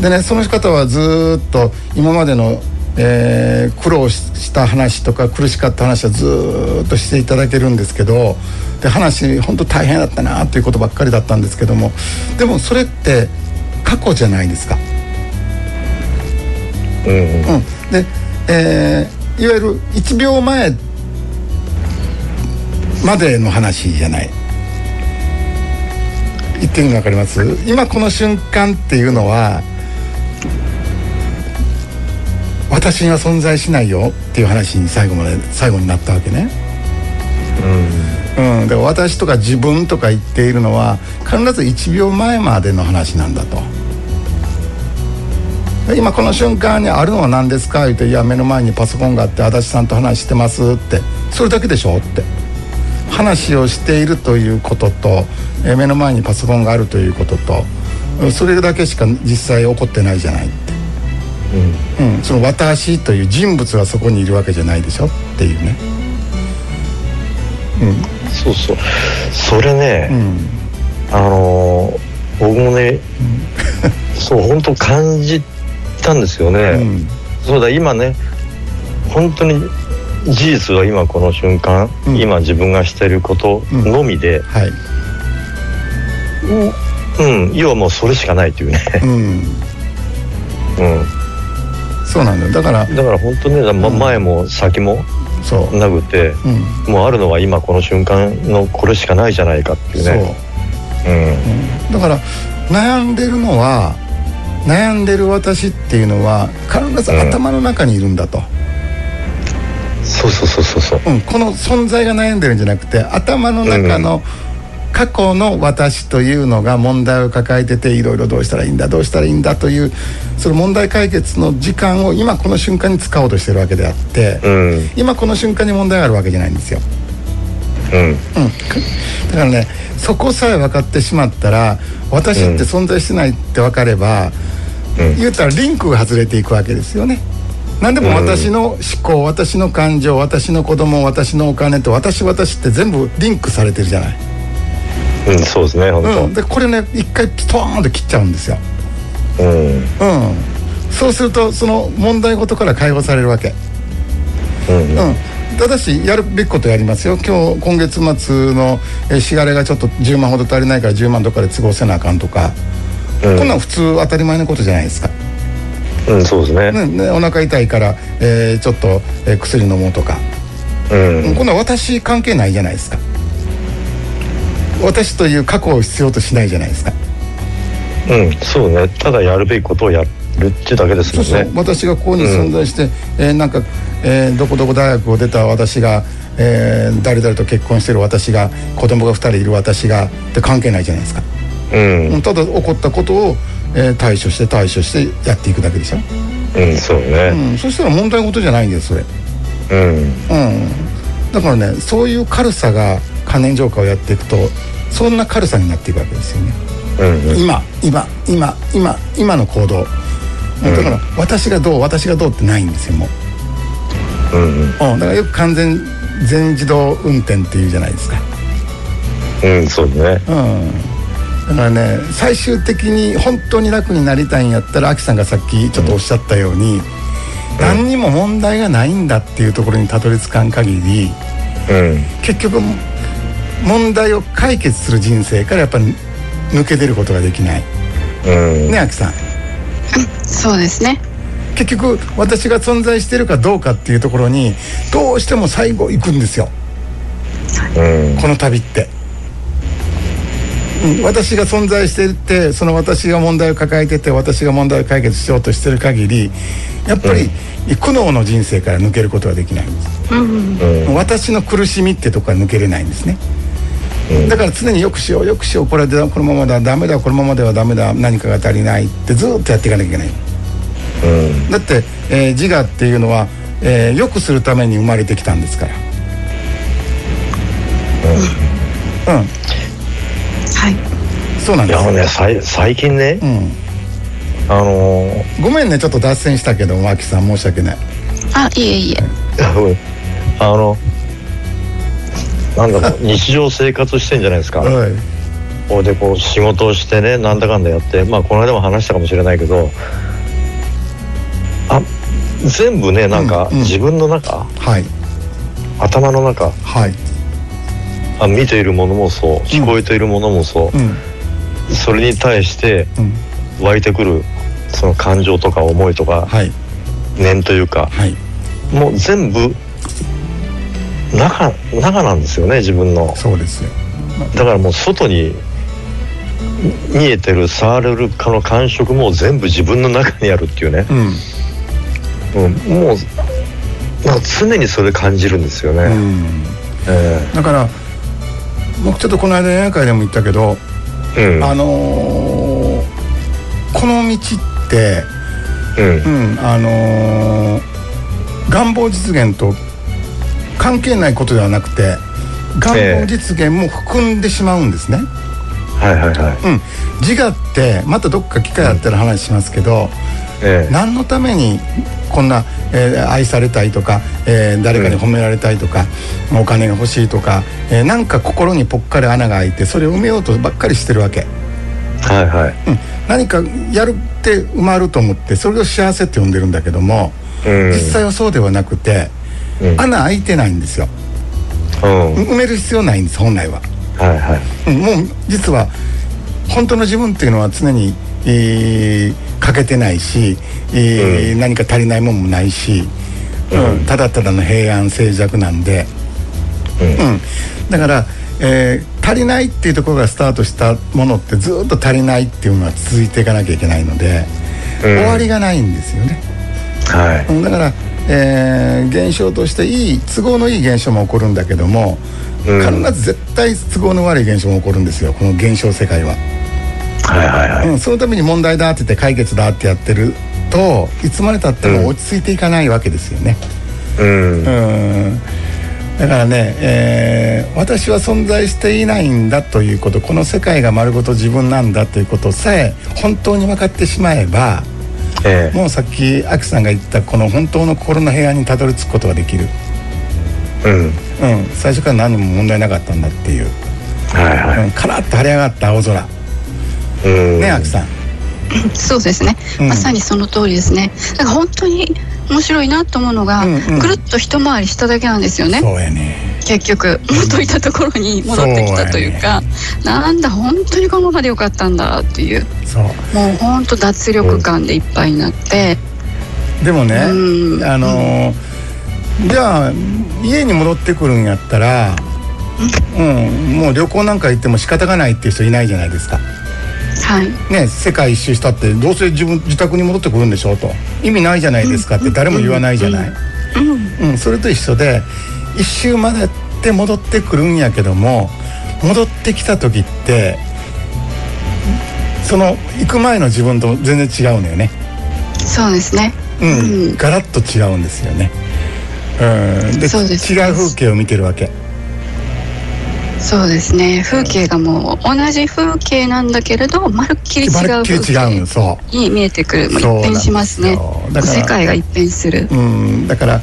Speaker 1: でねその方はずーっと今までの、えー苦労しした話とか苦しかった話はずーっとしていただけるんですけどで話本当大変だったなということばっかりだったんですけどもでもそれって過去じゃないですか。
Speaker 2: うん
Speaker 1: うん、で、えーいわゆる1秒前までの話じゃない言ってるの分かります今この瞬間っていうのは私には存在しないよっていう話に最後まで最後になったわけねうん、で私とか自分とか言っているのは必ず1秒前までの話なんだとで今この瞬間にあるのは何ですか言うて「いや目の前にパソコンがあって足立さんと話してます」って「それだけでしょ?」って話をしているということとえ目の前にパソコンがあるということとうんそれだけしか実際起こってないじゃないって、うんその「私」という人物がそこにいるわけじゃないでしょっていうね
Speaker 2: そうそうそれね、あのー僕もね、そう本当感じたんですよね、
Speaker 1: ん
Speaker 2: そうだ今ね本当に事実は今この瞬間、
Speaker 1: うん
Speaker 2: 今自分がしていることのみで、
Speaker 1: はい
Speaker 2: うん要はもうそれしかないという ね、
Speaker 1: うん
Speaker 2: う
Speaker 1: そうなんだよだから
Speaker 2: ん、だから本当ね、ま
Speaker 1: うん
Speaker 2: 前も先も
Speaker 1: そう
Speaker 2: なくて、
Speaker 1: うん
Speaker 2: もうあるのは今この瞬間のこれしかないじゃないかっていう
Speaker 1: そう
Speaker 2: ねう
Speaker 1: だから悩んでるのは悩んでる私っていうのは必ず頭の中にいるんだと、
Speaker 2: ん、そうそうそうそうそう
Speaker 1: うんこの存在が悩んでるんじゃなくて頭の中の過去の私というのが問題を抱えてていろいろどうしたらいいんだどうしたらいいんだというその問題解決の時間を今この瞬間に使おうとしてるわけであって、
Speaker 2: うん
Speaker 1: 今この瞬間に問題があるわけじゃないんですよ。
Speaker 2: うん
Speaker 1: うん、だからねそこさえ分かってしまったら私って存在してないって分かれば、
Speaker 2: うん
Speaker 1: 言うたらリンクが外れていくわけですよね。何でも私の思考、私の感情私の子供私のお金と私私って全部リンクされてるじゃない、
Speaker 2: うんそうですね
Speaker 1: う
Speaker 2: 本
Speaker 1: ん、でこれね一回ピトーンと切っちゃうんですよ、
Speaker 2: 当うん
Speaker 1: うん、そうするとその問題ごとから解放されるわけ
Speaker 2: うん
Speaker 1: うん、ただしやるべきことやりますよ今日今月末のえーしがれがちょっと10万ほど足りないから10万どっかで都合せなあかんとか、
Speaker 2: うん
Speaker 1: こんなん普通当たり前のことじゃないですか、
Speaker 2: うんそうですね
Speaker 1: ねねお腹痛いから、えーちょっと、えー薬飲もうとか、
Speaker 2: うん
Speaker 1: こんなん私関係ないじゃないですか私という過去を必要としないじゃないですか
Speaker 2: うんそうねただやるべきことをやるってだけです
Speaker 1: そう
Speaker 2: もん
Speaker 1: そう、
Speaker 2: ね
Speaker 1: 私がここに存在して、えーなんか、えーどこどこ大学を出た私が、えー誰々と結婚してる私が子供が2人いる私がって関係ないじゃないですか、
Speaker 2: うん
Speaker 1: ただ起こったことを、えー対処して対処してやっていくだけでしょ、
Speaker 2: うんそう
Speaker 1: う
Speaker 2: ね
Speaker 1: ん、そしたら問題事じゃないんですそれ、
Speaker 2: うん
Speaker 1: うん、だからねそういう軽さが関連浄化をやっていくとそんな軽さになっていくわけですよね
Speaker 2: うんうん
Speaker 1: 今今今今今の行動だから、私がどう私がどうってないんですよもう
Speaker 2: うん
Speaker 1: うん、だからよく完全全自動運転っていうじゃないですか、
Speaker 2: うんそうね
Speaker 1: うん、だからね最終的に本当に楽になりたいんやったらアキさんがさっきちょっとおっしゃったように、何にも問題がないんだっていうところにたどり着かん限り
Speaker 2: うん
Speaker 1: 結局問題を解決する人生からやっぱり抜け出ることができない
Speaker 2: うん
Speaker 1: ねアキさん
Speaker 4: そうですね
Speaker 1: 結局私が存在してるかどうかっていうところにどうしても最後行くんですよ
Speaker 2: うん
Speaker 1: この旅って、うん、私が存在してってその私が問題を抱えてて私が問題を解決しようとしてる限りやっぱり苦悩の人生から抜けることはできないんです、私の苦しみってとこは抜けれないんですねだから常によくしようよくしようこれでこのままだダメだこのままではダメだ何かが足りないってずっとやっていかなきゃいけない
Speaker 2: うん
Speaker 1: だって、えー自我っていうのは、えー良くするために生まれてきたんですからうん、
Speaker 4: はい
Speaker 1: そうなん
Speaker 2: い
Speaker 1: で
Speaker 2: や
Speaker 1: すよ
Speaker 2: ねさい最近ねあのー
Speaker 1: ごめんねちょっと脱線したけどマキさん申し訳ない
Speaker 4: あいえいえ
Speaker 2: うんあのなんだろう日常生活してんじゃないですか
Speaker 1: はい
Speaker 2: これでこう仕事をしてねなんだかんだやってまあこの間も話したかもしれないけどあ全部ねなんか
Speaker 1: うんうん
Speaker 2: 自分の中、
Speaker 1: はい
Speaker 2: 頭の中
Speaker 1: はい
Speaker 2: あ見ているものもそう聞こえているものもそう
Speaker 1: う、ん
Speaker 2: それに対して
Speaker 1: うん
Speaker 2: 湧いてくるその感情とか思いとか
Speaker 1: はい
Speaker 2: 念というか
Speaker 1: はい
Speaker 2: もう全部中中なんですよね自分の。
Speaker 1: そうですよ
Speaker 2: だからもう外に見えてる触れるかの感触も全部自分の中にあるっていうね、
Speaker 1: うん
Speaker 2: うん、もう、まあ、常にそれ感じるんですよ
Speaker 1: う
Speaker 2: ね、
Speaker 1: ん
Speaker 2: え
Speaker 1: だから僕ちょっとこの間映画会でも言ったけど、
Speaker 2: えうん
Speaker 1: あのーこの道って
Speaker 2: うん
Speaker 1: うんあのー願望実現と関係ないことではなくて願望実現も含んでしまうんですね、
Speaker 2: はいはいはい
Speaker 1: うん、自我ってまたどっか機会あったら話しますけど、
Speaker 2: ええ
Speaker 1: 何のためにこんな、えー愛されたいとか、えー誰かに褒められたいとか、お金が欲しいとか、えーなんか心にぽっかり穴が開いてそれを埋めようとばっかりしてるわけ、
Speaker 2: はいはい
Speaker 1: うん、何かやるって埋まると思ってそれを幸せって呼んでるんだけども、
Speaker 2: うん
Speaker 1: 実際はそうではなくて、
Speaker 2: うん
Speaker 1: 穴開いてないんですよ
Speaker 2: うん
Speaker 1: 埋める必要ないんです本来は。
Speaker 2: はいはい
Speaker 1: うんもう実は本当の自分っていうのは常に、えー欠けてないし、えー何か足りないもんもないし、うんただただの平安静寂なんで、うんだから、えー足りないっていうところがスタートしたものってずっと足りないっていうのは続いていかなきゃいけないので、
Speaker 2: うん
Speaker 1: 終わりがないんですよね。
Speaker 2: はい
Speaker 1: うんだから、えー現象としていい都合のいい現象も起こるんだけども
Speaker 2: うん
Speaker 1: 必ず絶対都合の悪い現象が起こるんですよこの現象世界は、
Speaker 2: はいはいはい、
Speaker 1: うん、そのために問題だって言って解決だってやってるといつまでたっても落ち着いていかないわけですよね、
Speaker 2: う
Speaker 1: う
Speaker 2: ん
Speaker 1: んだからね、えー私は存在していないんだということこの世界が丸ごと自分なんだということさえ本当に分かってしまえば
Speaker 2: え
Speaker 1: もうさっきアキさんが言ったこの本当の心の平安にたどり着くことができる、
Speaker 2: えうん
Speaker 1: うん、最初から何も問題なかったんだっていう、
Speaker 2: はいは
Speaker 1: うん、カラッと晴れ上がった青空
Speaker 2: いうん
Speaker 1: ねアキさん
Speaker 4: そうですね、
Speaker 1: うん
Speaker 4: まさにその通りですねだから本当に面白いなと思うのが、
Speaker 1: うんうん
Speaker 4: ぐるっと一回りしただけなんですよね
Speaker 1: そうやね
Speaker 4: 結局元いたところに戻ってきたというかなんだ本当にこのままでよかったんだっていう
Speaker 1: そう
Speaker 4: もう本当脱力感でいっぱいになって、
Speaker 1: でもね、
Speaker 4: うん
Speaker 1: あのーじゃあ家に戻ってくるんやったら、うん、もう旅行なんか行っても仕方がないっていう人いないじゃないですか。
Speaker 4: はい
Speaker 1: ね、世界一周したってどうせ自分自宅に戻ってくるんでしょうと意味ないじゃないですかって誰も言わないじゃない、うん、それと一緒で一周までやって戻ってくるんやけども戻ってきた時ってその行く前の自分と全然違うのよね。
Speaker 4: そうですね
Speaker 1: うん
Speaker 4: うん
Speaker 1: ガラッと違うんですよね。うん、で
Speaker 4: そうです
Speaker 1: 違う風景を見てるわけ。
Speaker 4: そうですね風景がもう同じ風景なんだけれどまるっきり違う
Speaker 1: まるっきり
Speaker 4: 風
Speaker 1: 違う
Speaker 4: 景
Speaker 1: のそ
Speaker 4: に見えてくるもう
Speaker 1: そう
Speaker 4: 一変しますね
Speaker 1: なんですよだから
Speaker 4: 世界が一変する
Speaker 1: う、うん、だから、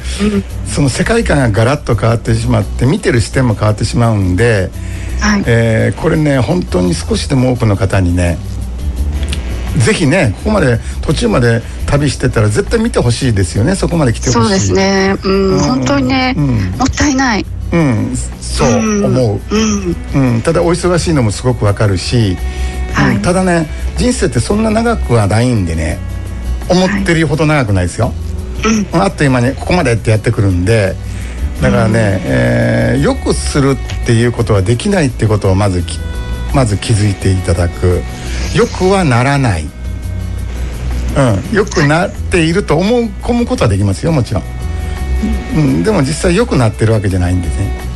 Speaker 1: その世界観がガラッと変わってしまって見てる視点も変わってしまうんで、
Speaker 4: はい、
Speaker 1: えーこれね本当に少しでも多くの方にねぜひねここまで途中まで旅してたら絶対見てほしいですよねそこまで来てほしい
Speaker 4: そうですねうん、
Speaker 1: うん
Speaker 4: 本当にね、
Speaker 1: うん
Speaker 4: もったいない
Speaker 1: うんそう思う、
Speaker 4: うん
Speaker 1: うん、ただお忙しいのもすごくわかるし、
Speaker 4: はい
Speaker 1: うんただね人生ってそんな長くはないんでね思ってるほど長くないですよ、あっという間にここまでってやってくるんでだからね、えーよくするっていうことはできないってことをまずきまず気づいていただくよくはならない、うん、よくなっていると思い込むことはできますよもちろん、うん、でも実際よくなってるわけじゃないんでね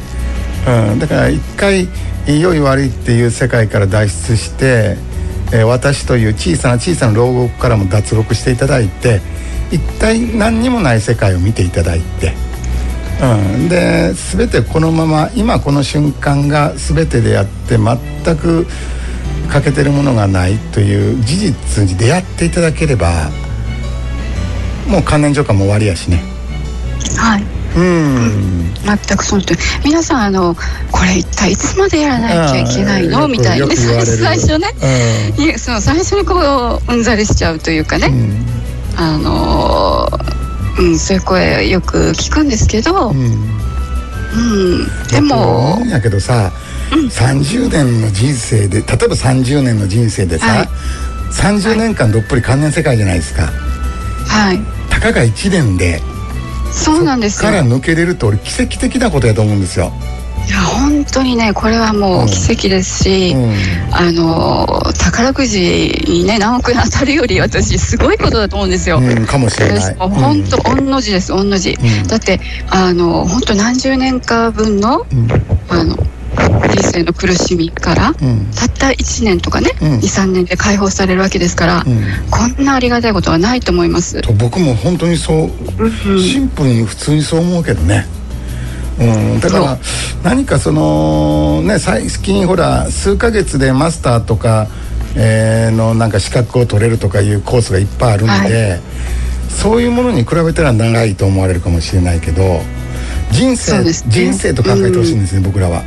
Speaker 1: うん、だから一回良い悪いっていう世界から脱出して、えー私という小さな小さな牢獄からも脱獄していただいて一体何にもない世界を見ていただいて、うん、で全てこのまま今この瞬間が全てであって全く欠けてるものがないという事実に出会っていただければもう関連浄化も終わりやしね。
Speaker 4: はい
Speaker 1: うん
Speaker 4: 全くその通り皆さんあのこれ一体いつまでやらなきゃいけない
Speaker 1: ああ
Speaker 4: の
Speaker 1: よく
Speaker 4: みたいな
Speaker 1: よ
Speaker 4: ね
Speaker 1: く言われる
Speaker 4: 最初ね、
Speaker 1: う
Speaker 4: いやその最初にこううんざりしちゃうというかね、
Speaker 1: ん
Speaker 4: あのーうん、そういう声よく聞くんですけど、うん
Speaker 1: うん
Speaker 4: でも
Speaker 1: 思うんやけどさ、30年の人生で例えば30年の人生でさ、
Speaker 4: はい
Speaker 1: 30年間どっぷり関連世界じゃないですか
Speaker 4: はい
Speaker 1: たかが1年で
Speaker 4: そうなんです
Speaker 1: か
Speaker 4: よ
Speaker 1: ら
Speaker 4: い
Speaker 1: 抜けれるって俺奇跡的なことやと思うんですよ、
Speaker 4: や本当にねこれはもう奇跡ですし、
Speaker 1: うん
Speaker 4: あのー宝くじにね何億円当たるより私すごいことだと思うんですよ。
Speaker 1: うん、かもしれない
Speaker 4: もう本当、御の字です、御の字。
Speaker 1: ん
Speaker 4: だって、あの、本当何十年か分の、
Speaker 1: うん
Speaker 4: あの、人生の苦しみから、
Speaker 1: うん
Speaker 4: たった1年とかね、
Speaker 1: うん
Speaker 4: 2、3年で解放されるわけですから、
Speaker 1: ん
Speaker 4: こんなありがたいことはないと思います。
Speaker 1: と僕も本当にそう、シンプルに普通にそう思うけどね、うん、だから何かそのね最近ほら数ヶ月でマスターとか、えーのなんか資格を取れるとかいうコースがいっぱいあるんで、
Speaker 4: は
Speaker 1: そういうものに比べたら長いと思われるかもしれないけど人
Speaker 4: そう
Speaker 1: 生、
Speaker 4: ですね
Speaker 1: 人生と考えてほしいんですね、僕らは。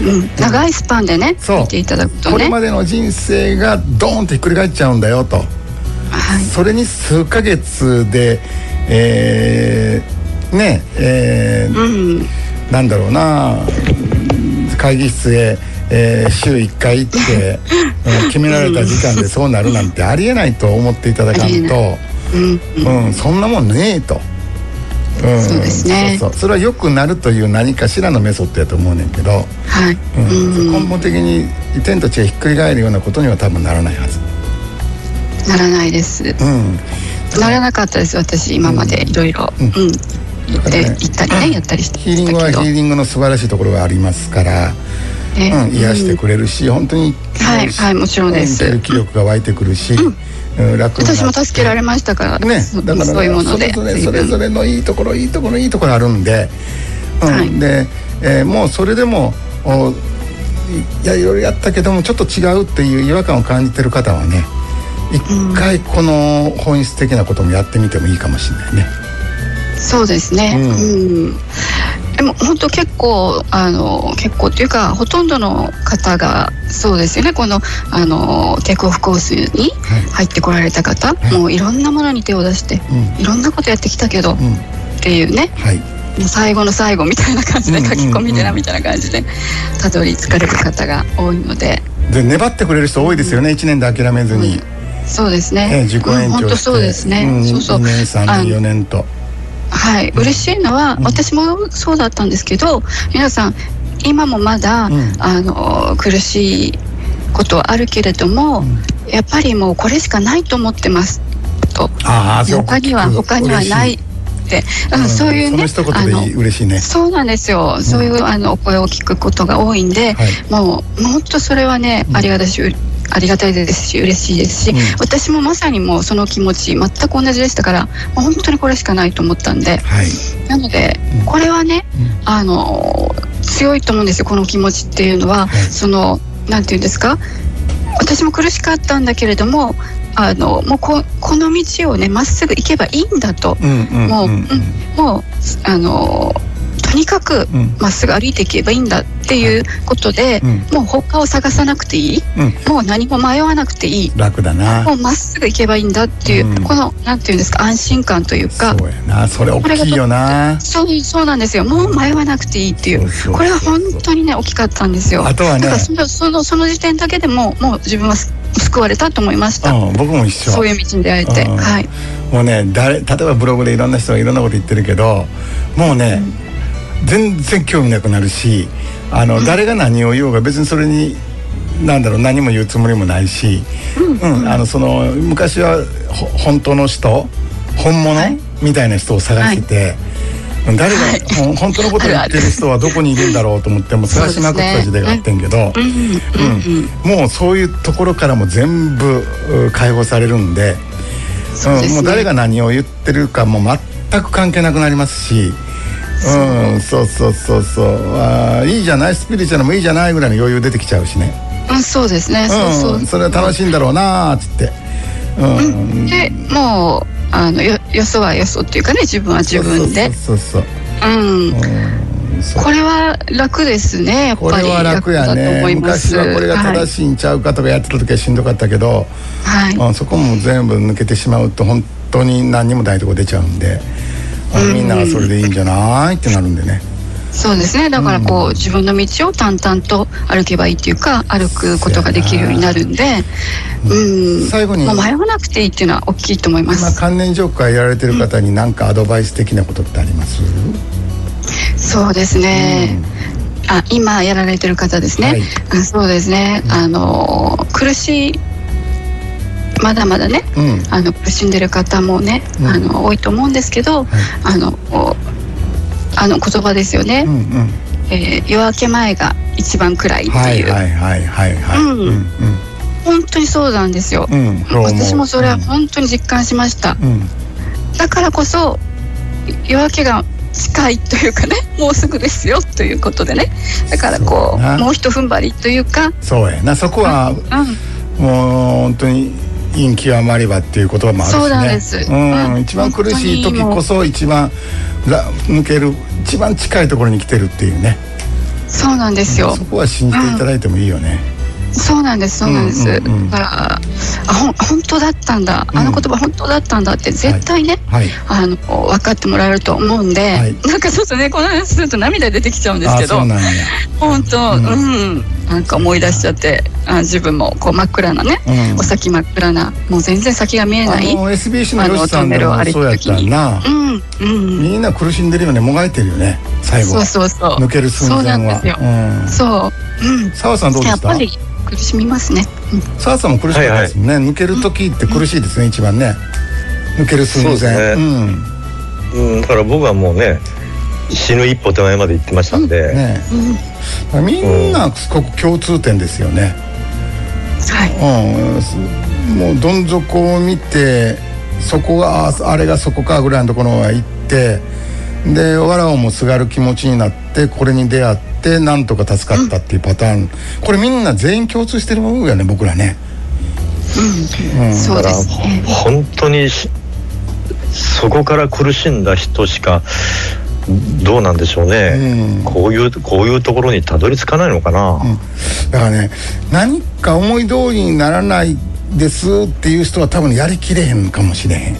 Speaker 4: うん、長いスパンでね、
Speaker 1: そう
Speaker 4: 見ていただくと
Speaker 1: これ
Speaker 4: ね。
Speaker 1: までの人生がドーンってひっくり返っちゃうんだよと。
Speaker 4: はい、
Speaker 1: それに数ヶ月で、えーねえー
Speaker 4: うん、
Speaker 1: なんだろうな会議室へ、えー週1回行 って、うん決められた時間でそうなるなんてありえないと思っていただかんと、
Speaker 4: うん、
Speaker 1: うん、そんなもんねえと。うん
Speaker 4: そうですね
Speaker 1: そうそうそれは良くなるという何かしらのメソッドやと思うねんけど、
Speaker 4: はい、
Speaker 1: うん
Speaker 4: うん、
Speaker 1: 根本的に天と地がひっくり返るようなことには多分ならないはず。
Speaker 4: ならないです。
Speaker 1: うん
Speaker 4: ならなかったです、私、今までいろいろ。うん、行って行ったりねやったりして
Speaker 1: ヒーリングはヒーリングの素晴らしいところがありますから、
Speaker 4: ね
Speaker 1: うん、癒してくれるし、本当に
Speaker 4: はいはいもちろんです
Speaker 1: 生きる気力が湧いてくるし、うん楽になって
Speaker 4: 私も助けられましたから、
Speaker 1: ね
Speaker 4: そ、
Speaker 1: だから
Speaker 4: そういうもので
Speaker 1: それぞれ
Speaker 4: 随
Speaker 1: それ
Speaker 4: 分
Speaker 1: ぞれのいいところいいところいいところあるんで、うん
Speaker 4: はい
Speaker 1: で、えーもうそれでもおいやいろいろやったけどもちょっと違うっていう違和感を感じてる方はね一回この本質的なこともやってみてもいいかもしれないね。
Speaker 4: そうですね。
Speaker 1: う
Speaker 4: うんん。でも本当結構あの結構っていうかほとんどの方がそうですよねこのあのテイクオフコースに
Speaker 1: はい
Speaker 4: 入ってこられた方、
Speaker 1: い
Speaker 4: もういろんなものに手を出して、
Speaker 1: うん
Speaker 4: いろんなことやってきたけど、
Speaker 1: うん
Speaker 4: っていうね
Speaker 1: はい
Speaker 4: もう最後の最後みたいな感じ
Speaker 1: う
Speaker 4: で
Speaker 1: んうんう
Speaker 4: 書
Speaker 1: ん
Speaker 4: き込み寺みたいな感じでたどり着かれる方が多いので
Speaker 1: で粘ってくれる人多いですよね、一年で諦めずに、
Speaker 4: そうですね
Speaker 1: ね、自己延
Speaker 4: うん本
Speaker 1: 長
Speaker 4: 当
Speaker 1: して、
Speaker 4: そうですね、
Speaker 1: ん、
Speaker 4: そうそう
Speaker 1: 2年3
Speaker 4: あ
Speaker 1: 年
Speaker 4: の
Speaker 1: 4年と
Speaker 4: はい、嬉しいのは、私もそうだったんですけど皆さん今もまだ、
Speaker 1: ん
Speaker 4: あの苦しいことはあるけれども、やっぱりもうこれしかないと思ってますと
Speaker 1: ああそう
Speaker 4: 他には
Speaker 1: 聞く
Speaker 4: 他にはないって、うん そういうね
Speaker 1: その一言でいい
Speaker 4: あの
Speaker 1: 嬉しいね
Speaker 4: そうなんですよ、そういうあのお声を聞くことが多いんで、
Speaker 1: はい
Speaker 4: もう本当それはねありがたし、ありがたいですし嬉しいですし、
Speaker 1: ん
Speaker 4: 私もまさにもうその気持ち全く同じでしたからもう本当にこれしかないと思ったんで、
Speaker 1: はい
Speaker 4: なので、
Speaker 1: うん
Speaker 4: これはね、あの強いと思うんですよこの気持ちっていうの
Speaker 1: は
Speaker 4: は、
Speaker 1: い
Speaker 4: そのなんていうんですか私も苦しかったんだけれどもあのもうここの道をねまっすぐ行けばいいんだと、
Speaker 1: うんうん
Speaker 4: もう、
Speaker 1: う
Speaker 4: うんんもうあのとにかく
Speaker 1: うん
Speaker 4: まっすぐ歩いていけばいいんだっていうことで、
Speaker 1: うん
Speaker 4: もう他を探さなくていい、
Speaker 1: うん
Speaker 4: もう何も迷わなくていい
Speaker 1: 楽だな
Speaker 4: もうまっすぐ行けばいいんだっていう、
Speaker 1: うん
Speaker 4: このなんていうんですか安心感というか
Speaker 1: そうやなそれ大きいよな
Speaker 4: そうそうなんですよもう迷わなくていいっていう
Speaker 1: そうそう
Speaker 4: これは本当にね大きかったんですよ
Speaker 1: あとはね
Speaker 4: だからそのそのその時点だけでももう自分はす救われたと思いました、
Speaker 1: うん僕も一緒
Speaker 4: そういう道に出会えて、
Speaker 1: うん
Speaker 4: はい
Speaker 1: もうね誰例えばブログでいろんな人がいろんなこと言ってるけどもうね、全然興味なくなるしあの、誰が何を言おうが別にそれに何だろう何も言うつもりもないし、うんあのその昔はほ本当の人本物、
Speaker 4: はい
Speaker 1: みたいな人を探してて。誰が、ほん本当のことを言ってる人はどこにいるんだろうと思って もう探しまくった時代があってんけど、うんもうそういうところからも全部う解放されるんで
Speaker 4: そうですね
Speaker 1: ん、もう誰が何を言ってるかも全く関係なくなりますし。うん、そうそうそうそうあーいいじゃないスピリチュアルもいいじゃないぐらいの余裕出てきちゃうしね、
Speaker 4: うん、そうですね、そううんそ
Speaker 1: それは楽しいんだろうなーっつって、うん
Speaker 4: うでもうあのよよそはよそっていうかね自分は自分で
Speaker 1: そうそうそう
Speaker 4: うん
Speaker 1: そう
Speaker 4: これは楽ですねやっ
Speaker 1: こ
Speaker 4: ぱ
Speaker 1: れ
Speaker 4: り
Speaker 1: は楽や
Speaker 4: だと思
Speaker 1: ね
Speaker 4: います
Speaker 1: 昔はこれが正しいんちゃうかとかやってた時はしんどかったけど、
Speaker 4: はい、はい
Speaker 1: うん、そこも全部抜けてしまうと本当に何にもないとこ出ちゃうんで、うんみんなはそれでいいんじゃないってなるんでね
Speaker 4: そうですねだからこう、自分の道を淡々と歩けばいいっていうか歩くことができるようになるんでうん
Speaker 1: 最後に
Speaker 4: もう迷わなくていいっていうのは大きいと思いま
Speaker 1: 今
Speaker 4: す
Speaker 1: 関連ジョークからやられてる方に何かアドバイス的なことってあります、
Speaker 4: そうですね、あ今やられてる方ですね、
Speaker 1: はい
Speaker 4: あそうですね、あの苦しいまだまだね、
Speaker 1: うん
Speaker 4: あの苦しんでる方もね、
Speaker 1: うん
Speaker 4: あの多いと思うんですけど、あのおあの言葉ですよね、
Speaker 1: うんうん、
Speaker 4: えー夜明け前が一番暗いっていう、
Speaker 1: はいはいはいはいはい、
Speaker 4: うん
Speaker 1: うん
Speaker 4: 本当にそうなんですよ、
Speaker 1: うんうんそう思う
Speaker 4: 私もそれは本当に実感しました、
Speaker 1: うん
Speaker 4: だからこそ夜明けが近いというかねもうすぐですよということでねだから
Speaker 1: そ
Speaker 4: こ
Speaker 1: う
Speaker 4: う
Speaker 1: だな
Speaker 4: もうひと踏ん張りというか、うん、
Speaker 1: そうやなそこはもう本当に陰極まりばっていう言葉もあるしね
Speaker 4: そうなんです
Speaker 1: うん
Speaker 4: うん
Speaker 1: 一番苦しい時こそ一番ら抜ける一番近いところに来てるっていうね
Speaker 4: そうなんですよ、
Speaker 1: そこは信じていただいてもいいよね、
Speaker 4: そうなんですそうなんです、
Speaker 1: うんうんうん
Speaker 4: だからあほん本当だったんだあの言葉本当だったんだって絶対ね、
Speaker 1: はい
Speaker 4: あの分かってもらえると思うんで、
Speaker 1: はい
Speaker 4: なんかちょっとねこの話すると涙出てきちゃうんです
Speaker 1: あ
Speaker 4: け
Speaker 1: そ
Speaker 4: ど
Speaker 1: うなんや
Speaker 4: 本当、うん、なんか思い出しちゃって、あ自分もこう真っ暗なね、
Speaker 1: うん
Speaker 4: お先真っ暗な、もう全然先が見え
Speaker 1: あ
Speaker 4: ない。
Speaker 1: の SBC の
Speaker 4: あの
Speaker 1: 吉さんで
Speaker 4: トンネルを
Speaker 1: も
Speaker 4: 歩く
Speaker 1: そうやった
Speaker 4: 時に
Speaker 1: な
Speaker 4: うん、うん、
Speaker 1: みんな苦しんでるよねもがいてるよね最後
Speaker 4: そ
Speaker 1: は
Speaker 4: うそうそう。
Speaker 1: 抜ける寸
Speaker 4: そうなん
Speaker 1: 前
Speaker 4: で
Speaker 1: は
Speaker 4: すよ。
Speaker 1: うん
Speaker 4: そう、うん、
Speaker 1: 澤さんどうで
Speaker 4: や
Speaker 1: し
Speaker 4: っぱ
Speaker 1: た
Speaker 4: り苦しみますね。うん
Speaker 1: 澤さんも苦しかったですもんね、抜ける時って苦しいですね一番ね抜ける寸前
Speaker 2: そうです
Speaker 1: ん
Speaker 2: ねうん、だから僕はもうね死ぬ一歩手前まで行ってましたんで、
Speaker 1: ねえみんなすごく共通点ですよね、
Speaker 4: はい
Speaker 1: うん、もうどん底を見てそこがああれがそこかぐらいのところへ行ってでわらをもすがる気持ちになってこれに出会ってなんとか助かったっていうパターン、これみんな全員共通してる部分よね僕らね
Speaker 4: そ
Speaker 2: だ
Speaker 4: う
Speaker 2: か
Speaker 4: で
Speaker 2: ら
Speaker 4: すね
Speaker 2: ほ本当にしそこから苦しんだ人しかどうなんでしょうね、
Speaker 1: うん
Speaker 2: こういうこういうところにたどり着かないのかな、
Speaker 1: だからね何か思い通りにならないですっていう人は多分やりきれへんかもしれへん、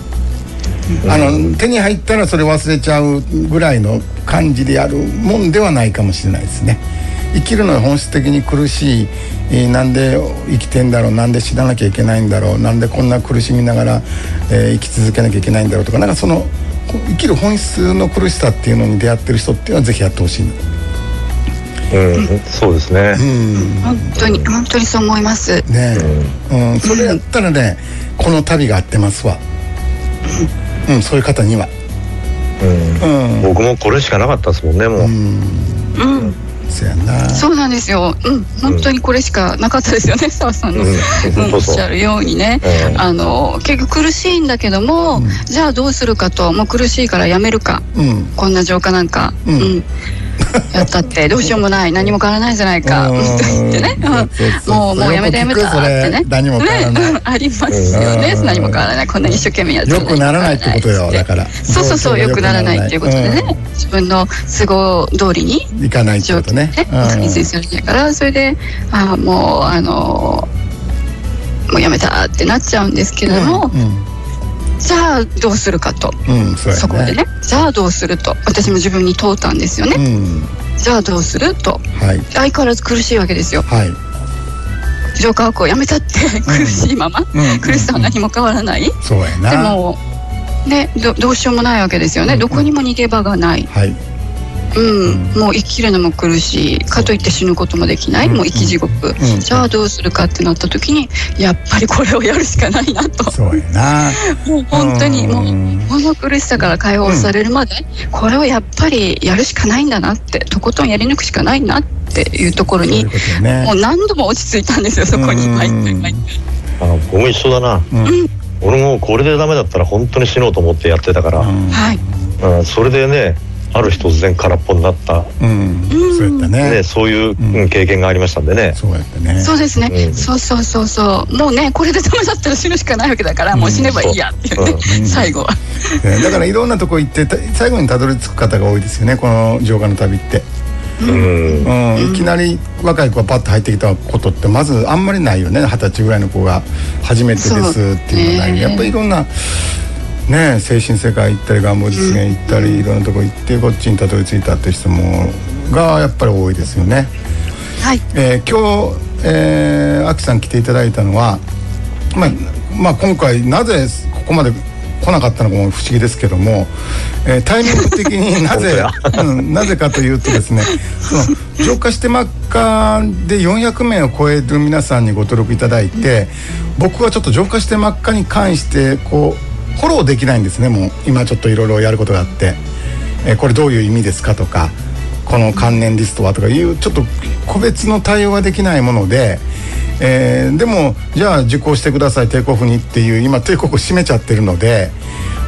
Speaker 1: あの手に入ったらそれ忘れちゃうぐらいの感じでやるもんではないかもしれないですね生きるのは本質的に苦しい、えーなんで生きてんだろうなんで死ななきゃいけないんだろうなんでこんな苦しみながら、えー生き続けなきゃいけないんだろうとかなんかそのこう生きる本質の苦しさっていうのに出会ってる人っていうのはぜひやってほしいな
Speaker 2: うんそうですね、
Speaker 4: 本当に本当にそう思います
Speaker 1: ねえ、うん、それやったらねこの旅が合ってますわうんそういう方にはうん
Speaker 2: 僕もこれしかなかったですもんねもう、
Speaker 4: うん
Speaker 1: そやな
Speaker 4: そうなんですようん本当にこれしかなかったですよね澤さんの、
Speaker 2: うん
Speaker 4: うん
Speaker 2: そうそう
Speaker 4: おっしゃるようにね、
Speaker 2: うん
Speaker 4: あの結局苦しいんだけども、じゃあどうするかともう苦しいからやめるか
Speaker 1: うん
Speaker 4: こんな浄化なんか、
Speaker 1: う
Speaker 4: うんんやったってどうしようもない何も変わらないじゃないか
Speaker 1: うん
Speaker 4: と言ってね
Speaker 1: そうそうそう
Speaker 4: もうもうやめたやめたって
Speaker 1: よく聞くよそれ
Speaker 4: ね
Speaker 1: 何も変わらない
Speaker 4: ね ありますよね
Speaker 1: うん
Speaker 4: 何も変わらないこんなに一生懸命やって
Speaker 1: 良くならないってことよだから
Speaker 4: そうそうそう
Speaker 1: どうしようも
Speaker 4: 良くならないっていうことでね、
Speaker 1: うん
Speaker 4: 自分の都合通りに
Speaker 1: 行かないってことね
Speaker 4: 状況が改善されないから、それであーもうあのーもうやめたってなっちゃうんですけれども、じゃあどうするかと、
Speaker 1: うんうんそうやね
Speaker 4: そこでねじゃあどうすると私も自分に問うたんですよね、
Speaker 1: うん
Speaker 4: じゃあどうすると
Speaker 1: はい
Speaker 4: 相変わらず苦しいわけですよ
Speaker 1: はい
Speaker 4: 浄化をやめたって苦しいまま、
Speaker 1: ん
Speaker 4: 苦しさは何も変わらない、
Speaker 1: そうや
Speaker 4: で
Speaker 1: な
Speaker 4: もねどどうしようもないわけですよね、どこにも逃げ場がない
Speaker 1: はい
Speaker 4: うん、もう生きるのも苦しいかといって死ぬこともできない、もう生き地獄、
Speaker 1: ん
Speaker 4: じゃあどうするかってなった時にやっぱりこれをやるしかないなと
Speaker 1: そうやな
Speaker 4: もう本当に
Speaker 1: うん
Speaker 4: もうこの苦しさから解放されるまで、これをやっぱりやるしかないんだなってとことんやり抜くしかないなっていうところ
Speaker 1: そうい
Speaker 4: に
Speaker 1: うことよね
Speaker 4: もう何度も落ち着いたんですよそこ
Speaker 1: う
Speaker 4: に
Speaker 1: ん
Speaker 4: 毎回毎回
Speaker 2: あ僕も一緒だな、
Speaker 1: ん
Speaker 2: 俺もこれでダメだったら本当に死のうと思ってやってたから、
Speaker 1: うん
Speaker 4: はい
Speaker 2: うんそれでねある日突然空っぽになった、
Speaker 1: うんそうやったね
Speaker 2: ね、そういう、うん経験がありましたんでね
Speaker 1: そうやったね
Speaker 4: そうですね、
Speaker 2: うん
Speaker 4: そうそうそうそうもうねこれでダメだったら死ぬしかないわけだからもう死ねばいいやっていうね、
Speaker 1: うん
Speaker 4: 最後は
Speaker 1: ねだからいろんなとこ行ってた最後にたどり着く方が多いですよねこの浄化の旅って、
Speaker 2: うん
Speaker 1: うんいきなり若い子がパッと入ってきたことってまずあんまりないよね二十歳ぐらいの子が初めてですっていうのはない、
Speaker 4: そうね
Speaker 1: やっぱりいろんなね精神世界行ったり願望実現行ったり、いろんなとこ行ってこっちにたどり着いたって人もがやっぱり多いですよね。
Speaker 4: はい
Speaker 1: えー今日、えー、アキさん来ていただいたのは、まあまあ、今回なぜここまで来なかったのかも不思議ですけども、えータイミング的になぜ、うん、なぜかというとですねその浄化して真っ赤で400名を超える皆さんにご登録いただいて僕はちょっと浄化して真っ赤に関してこうフォローできないんですねもう今ちょっといろいろやることがあって。えーこれどういう意味ですかとかこの関連リストはとかいうちょっと個別の対応ができないもので、えーでもじゃあ受講してくださいテイクオフにっていう今テイクオフ閉めちゃってるので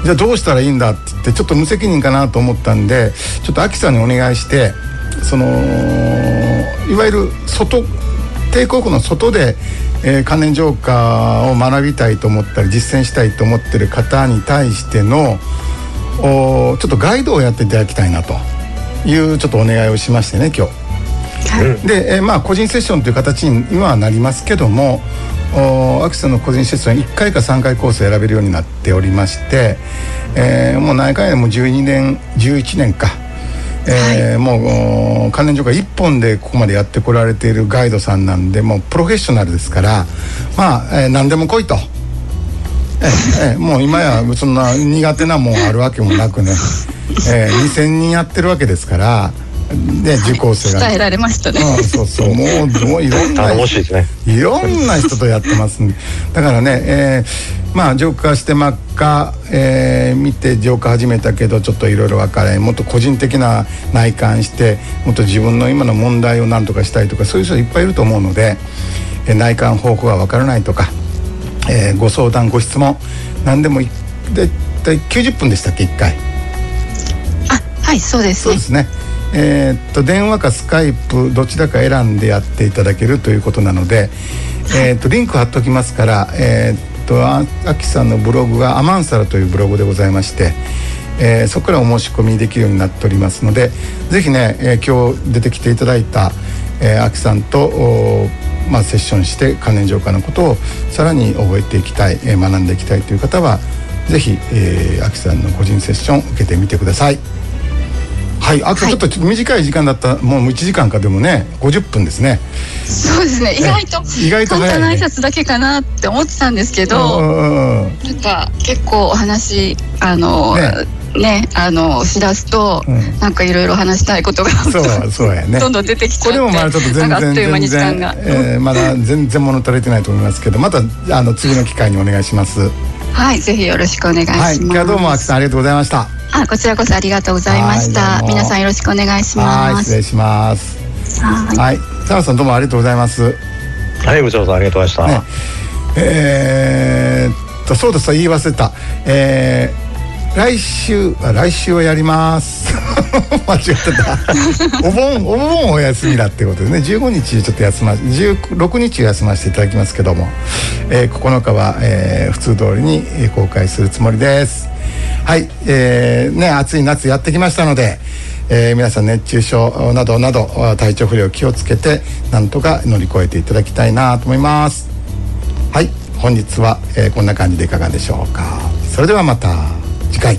Speaker 1: じゃあどうしたらいいんだって言ってちょっと無責任かなと思ったんでちょっとアキさんにお願いしてそのいわゆる外帝国の外で、えー関連浄化を学びたいと思ったり実践したいと思ってる方に対してのおーちょっとガイドをやっていただきたいなというちょっとお願いをしましてね今日。
Speaker 4: はい、
Speaker 1: で、えーまあ個人セッションという形に今はなりますけどもおアクセの個人セッション1回か3回コースを選べるようになっておりまして、えーもう何回でも12年11年か、えーもうお関連上が1本でここまでやってこられているガイドさんなんでもうプロフェッショナルですからまあ、えー何でも来いと。ええええもう今やそんな苦手なもんあるわけもなくね、ええ2,000人やってるわけですからで受講生が、
Speaker 4: 伝えられましたね、
Speaker 1: うん、そうそう、もう、もういろんな。
Speaker 2: 頼もしいですね
Speaker 1: いろんな人とやってますんで。だからね、えーまあ浄化して真っ赤、えー見て浄化始めたけどちょっといろいろ分からないもっと個人的な内観してもっと自分の今の問題を何とかしたいとかそういう人いっぱいいると思うので、えー内観方法が分からないとか、えーご相談ご質問何でもい大体90分でしたっけ1回。
Speaker 4: あはいそうです
Speaker 1: そう
Speaker 4: ね
Speaker 1: ですね。えーっと電話かスカイプどちらか選んでやっていただけるということなので、えーっとリンク貼っときますから、えーっとああきさんのブログがアマンサラというブログでございまして、えーそこからお申し込みできるようになっておりますので、ぜひね、えー今日出てきていただいた、えー、あきさんと。おまあ、セッションして関連浄化のことをさらに覚えていきたい、えー学んでいきたいという方はぜひ、えー、あきさんの個人セッション受けてみてください。はい、あと
Speaker 4: はい
Speaker 1: ちょっとちょっと短い時間だった、もう1時間かでもね、50分ですね。
Speaker 4: そうですね意外と
Speaker 1: 意外と
Speaker 4: 簡
Speaker 1: 早いね
Speaker 4: 単な挨拶だけかなって思ってたんですけ
Speaker 1: う
Speaker 4: ど
Speaker 1: んうんうん
Speaker 4: なんか結構お話あの
Speaker 1: ね
Speaker 4: ねあのしだすと、
Speaker 1: うん
Speaker 4: なんかいろいろ話したいことが
Speaker 1: そう、そうやね。
Speaker 4: どんどん出てきちゃ
Speaker 1: こ
Speaker 4: って
Speaker 1: れもまだちょっと全
Speaker 4: なんかあ
Speaker 1: 然
Speaker 4: っという間
Speaker 1: 全
Speaker 4: に時間
Speaker 1: 然
Speaker 4: が、、
Speaker 1: えーまだ全然物足りてないと思いますけどまたあの次の機会にお願いします
Speaker 4: はいぜひよろしくお願いします、
Speaker 1: はい今日はどうもあきさんありがとうございました
Speaker 4: あこちらこそありがとうございまし
Speaker 1: はいど
Speaker 4: た
Speaker 1: うも
Speaker 4: 皆さんよろしくお願いし
Speaker 1: はい
Speaker 4: ま
Speaker 1: 失
Speaker 4: す
Speaker 1: 礼します
Speaker 4: はい
Speaker 1: はい澤さんどうもありがとうございます
Speaker 2: はい、ごちそうさんありがとうございまし
Speaker 1: ね
Speaker 2: た。
Speaker 1: えーっとそうだそうだ言い忘れたえー来週あ来週はやります 間違ってた お盆お盆お休みだってことでね15日ちょっと休ま16日休ませていただきますけども、えー9日は、えー普通通りにえー公開するつもりですはいえーね暑い夏やってきましたので、えー皆さん熱中症などなどあ体調不良気をつけてなんとか乗り越えていただきたいなと思いますはい本日は、えーこんな感じでいかがでしょうかそれではまた次回